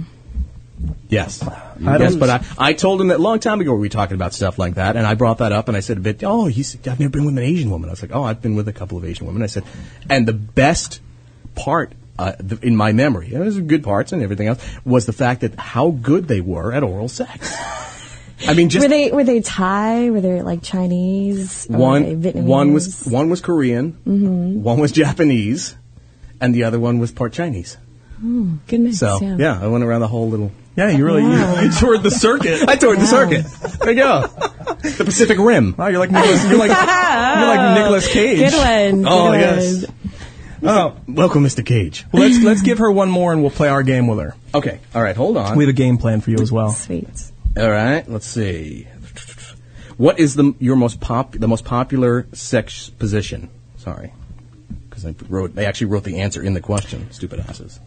[SPEAKER 3] Yes.
[SPEAKER 4] don't-
[SPEAKER 3] yes, but I, I told him that a long time ago we were talking about stuff like that, and I brought that up, and I said a bit, oh, he's, I've never been with an Asian woman. I was like, oh, I've been with a couple of Asian women. I said, and the best part uh, the, in my memory, and there's good parts and everything else, was the fact that how good they were at oral sex. I mean, just
[SPEAKER 8] Were they were they Thai? Were they like Chinese? Or were
[SPEAKER 3] one
[SPEAKER 8] they Vietnamese? Mm-hmm.
[SPEAKER 3] one was one was Korean, one was Japanese, and the other one was part Chinese.
[SPEAKER 8] good mix.
[SPEAKER 3] So yeah.
[SPEAKER 8] yeah.
[SPEAKER 3] I went around the whole little.
[SPEAKER 4] Yeah, you really
[SPEAKER 8] Wow.
[SPEAKER 4] you, you toured the circuit.
[SPEAKER 3] I toured the
[SPEAKER 8] Wow.
[SPEAKER 3] circuit. There you go. the Pacific Rim.
[SPEAKER 4] Wow, you're like Nicholas. You're like you're like Nicholas Cage.
[SPEAKER 8] Good one.
[SPEAKER 3] Oh,
[SPEAKER 8] Good
[SPEAKER 3] yes.
[SPEAKER 8] one.
[SPEAKER 4] Oh,
[SPEAKER 3] Welcome, Mr. Cage.
[SPEAKER 4] let's let's give her one more, and we'll play our game with her.
[SPEAKER 3] Okay. All right. Hold on.
[SPEAKER 4] We have a game plan for you as well.
[SPEAKER 8] Sweet.
[SPEAKER 3] All right. Let's see. What is the your most pop the most popular sex position? Sorry, because I wrote they actually wrote the answer in the question. Stupid asses.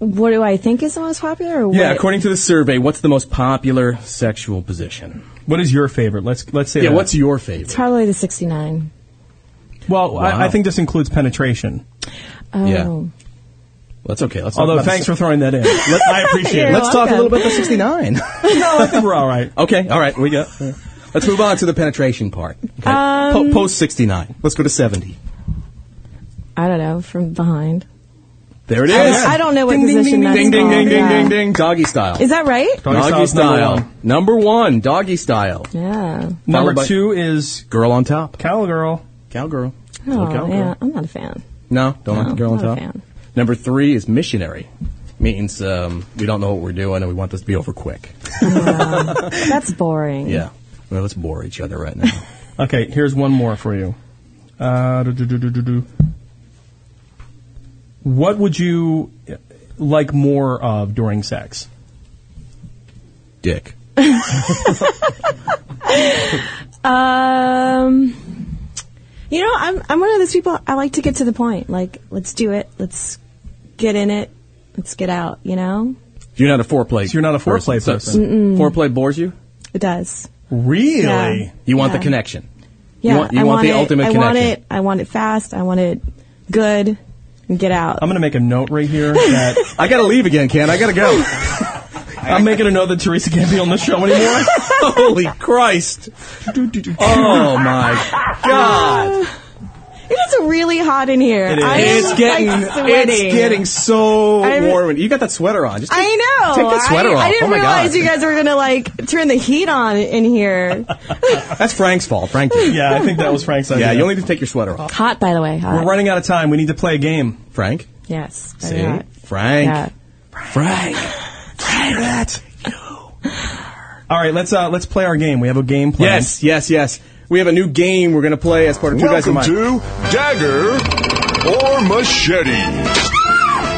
[SPEAKER 8] What do I think is the most popular? Or what?
[SPEAKER 3] Yeah, according to the survey, what's the most popular sexual position?
[SPEAKER 4] What is your favorite? Let's let's say.
[SPEAKER 3] Yeah,
[SPEAKER 4] that.
[SPEAKER 3] what's your
[SPEAKER 8] It's
[SPEAKER 3] favorite?
[SPEAKER 8] probably the 69.
[SPEAKER 4] well?
[SPEAKER 3] Wow.
[SPEAKER 4] I, I think this includes penetration.
[SPEAKER 8] Oh.
[SPEAKER 3] Yeah. That's okay. Let's talk
[SPEAKER 4] Although,
[SPEAKER 3] about the
[SPEAKER 4] thanks
[SPEAKER 3] se-
[SPEAKER 4] for throwing that in. Let- I appreciate it.
[SPEAKER 8] You're
[SPEAKER 4] Let's
[SPEAKER 3] Let's talk a
[SPEAKER 8] welcome.
[SPEAKER 3] little about the 69.
[SPEAKER 4] no, I think we're all right.
[SPEAKER 3] okay, all right, we go. Let's move on to the penetration part. Okay.
[SPEAKER 8] Um,
[SPEAKER 3] po- post 69. Let's go to 70.
[SPEAKER 8] I don't know, from behind.
[SPEAKER 3] There it is.
[SPEAKER 8] I don't- I don't know what
[SPEAKER 3] ding, ding,
[SPEAKER 8] position
[SPEAKER 3] ding,
[SPEAKER 8] that's
[SPEAKER 3] ding, ding,
[SPEAKER 8] called,
[SPEAKER 3] ding, ding,
[SPEAKER 8] yeah.
[SPEAKER 3] ding, ding. Doggy style.
[SPEAKER 8] Is that right?
[SPEAKER 4] Doggy
[SPEAKER 3] doggy
[SPEAKER 4] style's number
[SPEAKER 3] style.
[SPEAKER 4] one.
[SPEAKER 3] Number one, doggy style.
[SPEAKER 8] Yeah.
[SPEAKER 3] Followed by-
[SPEAKER 4] Number two is
[SPEAKER 3] Girl on top.
[SPEAKER 4] cowgirl.
[SPEAKER 3] Cowgirl. Little
[SPEAKER 8] Oh,
[SPEAKER 3] cowgirl.
[SPEAKER 8] yeah. I'm not a fan.
[SPEAKER 3] No, don't like
[SPEAKER 8] No,
[SPEAKER 3] the girl on
[SPEAKER 8] not a
[SPEAKER 3] top.
[SPEAKER 8] fan.
[SPEAKER 3] Number three is missionary. Means um, we don't know what we're doing and we want this to be over quick.
[SPEAKER 8] That's boring.
[SPEAKER 3] Yeah. Well, let's bore each other right now.
[SPEAKER 4] Okay, here's one more for you. Uh, do, do, do, do, do, do. What would you like more of during sex?
[SPEAKER 3] Dick.
[SPEAKER 8] Um, you know, I'm I'm one of those people. I like to get to the point. Like, let's do it. Let's get in it. Let's get out. You know,
[SPEAKER 3] You're not a foreplay.
[SPEAKER 4] So you're not a foreplay
[SPEAKER 3] So-
[SPEAKER 4] person.
[SPEAKER 3] So, foreplay bores you.
[SPEAKER 8] it does.
[SPEAKER 4] Really?
[SPEAKER 8] Yeah.
[SPEAKER 3] You want
[SPEAKER 8] Yeah.
[SPEAKER 3] the connection.
[SPEAKER 8] Yeah,
[SPEAKER 3] want- you
[SPEAKER 8] I
[SPEAKER 3] want the
[SPEAKER 8] it,
[SPEAKER 3] ultimate
[SPEAKER 8] I want
[SPEAKER 3] connection.
[SPEAKER 8] it. I want it fast. I want it good. And get out.
[SPEAKER 4] I'm going to make a note right here that
[SPEAKER 3] I gotta leave again, Ken. I gotta go.
[SPEAKER 4] I'm making a note that Teresa can't be on the show anymore.
[SPEAKER 3] Holy Christ! Oh my God!
[SPEAKER 8] it is really hot in here.
[SPEAKER 4] is.
[SPEAKER 8] I am,
[SPEAKER 3] It's getting
[SPEAKER 8] like, sweating.
[SPEAKER 3] it's getting so
[SPEAKER 8] I'm-
[SPEAKER 3] warm. You got that sweater on. Just
[SPEAKER 8] I know.
[SPEAKER 3] Take that sweater
[SPEAKER 8] I,
[SPEAKER 3] off.
[SPEAKER 8] I didn't
[SPEAKER 3] Oh my God.
[SPEAKER 8] realize you guys were gonna like turn the heat on in here.
[SPEAKER 3] that's Frank's fault. Frank. did it.
[SPEAKER 4] Yeah, I think that was Frank's idea.
[SPEAKER 3] Yeah, you'll need to take your sweater off.
[SPEAKER 8] Hot, by the way. Hot.
[SPEAKER 4] We're running out of time. We need to play a game.
[SPEAKER 3] Frank.
[SPEAKER 8] Yes. very
[SPEAKER 3] See,
[SPEAKER 8] hot.
[SPEAKER 3] Frank.
[SPEAKER 8] Yeah.
[SPEAKER 3] Frank. Frank.
[SPEAKER 4] All right, let's uh, let's play our game. We have a game plan.
[SPEAKER 3] Yes, yes, yes. We have a new game we're gonna play as part of Two Guys in
[SPEAKER 6] Welcome
[SPEAKER 3] Mike.
[SPEAKER 6] to Dagger or Machete.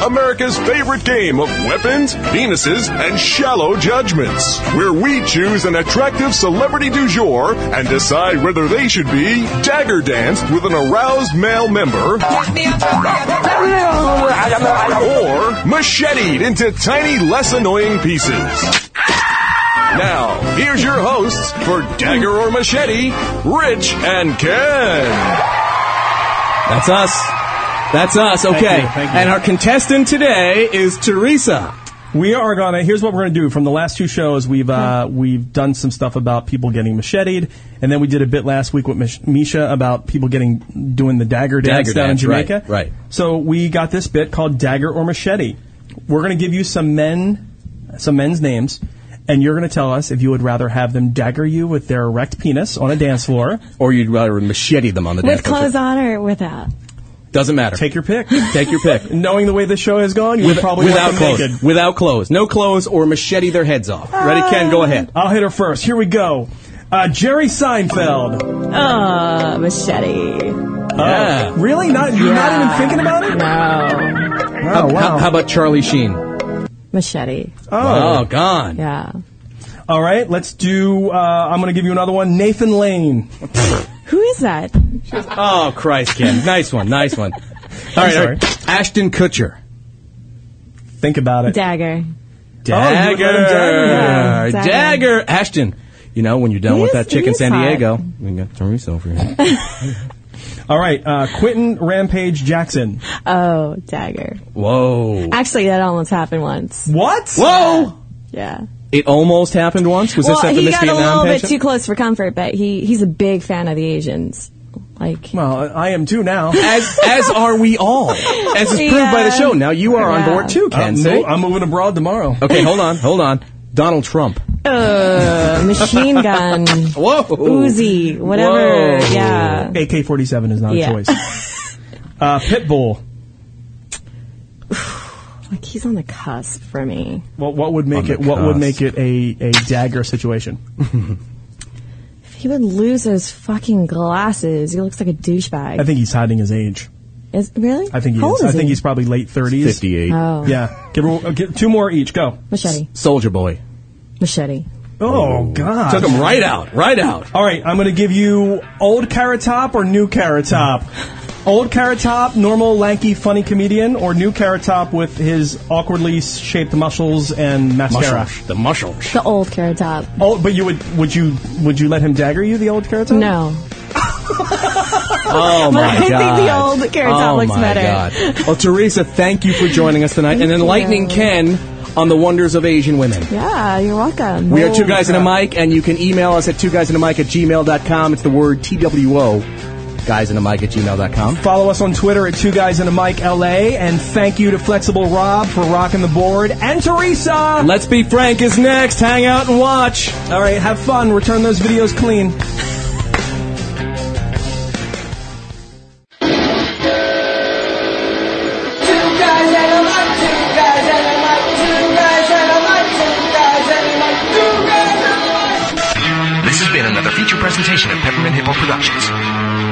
[SPEAKER 6] America's favorite game of weapons, penises, and shallow judgments, where we choose an attractive celebrity du jour and decide whether they should be dagger danced with an aroused male member or macheted into tiny, less annoying pieces. Now, here's your hosts for Dagger or Machete, Rich and Ken.
[SPEAKER 3] That's us. That's us. Okay.
[SPEAKER 4] you, thank you.
[SPEAKER 3] And our contestant today is Teresa.
[SPEAKER 4] We are gonna. Here's what we're gonna do. From the last two shows, we've uh,
[SPEAKER 8] Hmm.
[SPEAKER 4] we've done some stuff about people getting macheted, and then we did a bit last week with Mish- Misha about people getting doing the dagger dance
[SPEAKER 3] Dagger
[SPEAKER 4] down
[SPEAKER 3] dance,
[SPEAKER 4] in
[SPEAKER 3] right,
[SPEAKER 4] Jamaica.
[SPEAKER 3] right.
[SPEAKER 4] So we got this bit called dagger or machete. We're gonna give you some men, some men's names, and you're gonna tell us if you would rather have them dagger you with their erect penis on a dance floor.
[SPEAKER 3] Or you'd rather machete them on the
[SPEAKER 8] With
[SPEAKER 3] dance floor.
[SPEAKER 8] clothes on or without?
[SPEAKER 3] Doesn't matter.
[SPEAKER 4] Take your pick.
[SPEAKER 3] Take your pick.
[SPEAKER 4] Knowing the way this show has gone, you would probably want
[SPEAKER 3] without
[SPEAKER 4] them
[SPEAKER 3] clothes.
[SPEAKER 4] naked.
[SPEAKER 3] Without clothes. No clothes or machete their heads off.
[SPEAKER 8] Ah.
[SPEAKER 3] Ready, Ken? Go ahead.
[SPEAKER 4] I'll hit her first. Here we go. Uh, Jerry Seinfeld.
[SPEAKER 8] Uh, machete.
[SPEAKER 4] Oh,
[SPEAKER 3] Yeah.
[SPEAKER 4] Really? Not you're not even thinking about it?
[SPEAKER 8] No.
[SPEAKER 4] Wow,
[SPEAKER 3] How, how about Charlie Sheen?
[SPEAKER 8] Machete.
[SPEAKER 4] Oh.
[SPEAKER 3] Oh, God.
[SPEAKER 8] Yeah.
[SPEAKER 4] All right, let's do. Uh, I'm going to give you another one. Nathan Lane.
[SPEAKER 8] Who is that?
[SPEAKER 3] Oh, Christ, Ken. Nice one. Nice one. All right, all right. Ashton Kutcher.
[SPEAKER 4] Think about it.
[SPEAKER 8] Dagger. Oh,
[SPEAKER 4] you would
[SPEAKER 3] Dagger.
[SPEAKER 4] let him dagger?
[SPEAKER 8] Yeah,
[SPEAKER 3] dagger.
[SPEAKER 8] dagger.
[SPEAKER 3] Ashton. You know, when you're done
[SPEAKER 8] He
[SPEAKER 3] with
[SPEAKER 8] is-
[SPEAKER 3] that chick
[SPEAKER 8] he
[SPEAKER 3] in
[SPEAKER 8] is
[SPEAKER 3] San
[SPEAKER 8] hot.
[SPEAKER 3] Diego, we got Teresa over here.
[SPEAKER 4] All right, uh, Quentin Rampage Jackson.
[SPEAKER 8] Oh, dagger.
[SPEAKER 3] Whoa.
[SPEAKER 8] Actually, that almost happened once.
[SPEAKER 4] What?
[SPEAKER 3] Whoa!
[SPEAKER 8] Yeah.
[SPEAKER 3] It almost happened once. Was this
[SPEAKER 8] well,
[SPEAKER 3] at the
[SPEAKER 8] he
[SPEAKER 3] Miss
[SPEAKER 8] got a
[SPEAKER 3] Vietnam
[SPEAKER 8] little bit
[SPEAKER 3] pageant?
[SPEAKER 8] too close for comfort, but he he's a big fan of the Asians. Like,
[SPEAKER 4] Well, I am too now.
[SPEAKER 3] as as are we all. As is proved by the
[SPEAKER 8] Yeah.
[SPEAKER 3] show. Now you are on
[SPEAKER 8] Yeah.
[SPEAKER 3] board too, Ken.
[SPEAKER 4] I'm,
[SPEAKER 3] see?
[SPEAKER 4] mo- Uh, I'm moving abroad tomorrow.
[SPEAKER 3] okay, hold on, hold on. Donald Trump.
[SPEAKER 8] uh, machine gun,
[SPEAKER 3] Whoa.
[SPEAKER 8] Uzi, whatever.
[SPEAKER 3] Whoa.
[SPEAKER 8] Yeah.
[SPEAKER 4] AK-47 is not
[SPEAKER 8] Uh, Yeah.
[SPEAKER 4] a choice. Uh, Pitbull.
[SPEAKER 8] Like, he's on the cusp for me.
[SPEAKER 4] What, what would make
[SPEAKER 3] On the
[SPEAKER 4] it? What would
[SPEAKER 3] cusp.
[SPEAKER 4] make it a, a dagger situation?
[SPEAKER 8] If he would lose those fucking glasses, he looks like a douchebag.
[SPEAKER 4] I think he's hiding his age.
[SPEAKER 8] is, really?
[SPEAKER 4] I think he
[SPEAKER 8] How
[SPEAKER 4] is.
[SPEAKER 8] old
[SPEAKER 4] I
[SPEAKER 8] he?
[SPEAKER 4] think he's probably late 30s.
[SPEAKER 3] 58.
[SPEAKER 8] Oh.
[SPEAKER 4] Yeah. Give her uh, give, two more each. Go.
[SPEAKER 8] Machete.
[SPEAKER 3] Soldier Boy.
[SPEAKER 8] Machete.
[SPEAKER 4] Oh
[SPEAKER 8] uh,
[SPEAKER 4] God!
[SPEAKER 3] Took him right out, right out.
[SPEAKER 4] All right, I'm going to give you old carrot top or new carrot top. Old carrot top, normal lanky funny comedian, or new carrot top with his awkwardly shaped muscles and mascara.
[SPEAKER 3] Mushroom. The mushroom.
[SPEAKER 8] The old carrot top.
[SPEAKER 4] Oh, but you would would you would you let him dagger you the old carrot top?
[SPEAKER 8] No.
[SPEAKER 3] Oh
[SPEAKER 8] But
[SPEAKER 3] my
[SPEAKER 8] I think
[SPEAKER 3] god!
[SPEAKER 8] the old carrot top
[SPEAKER 3] oh
[SPEAKER 8] looks
[SPEAKER 3] my
[SPEAKER 8] better.
[SPEAKER 3] God. Well, Teresa, thank you for joining us tonight and enlightening Ken on the wonders of Asian women.
[SPEAKER 8] Yeah, you're welcome.
[SPEAKER 3] We are Two Guys in a Mic, and you can email us at two guys in a mic at gmail.com. It's the word TWO, guys in a mic at gmail.com.
[SPEAKER 4] Follow us on Twitter at Two Guys and a Mic LA, and thank you to Flexible Rob for rocking the board and Teresa.
[SPEAKER 3] Let's Be Frank is next. Hang out and watch.
[SPEAKER 4] All right, have fun. Return those videos clean.
[SPEAKER 12] This has been another feature presentation of Peppermint Hippo Productions.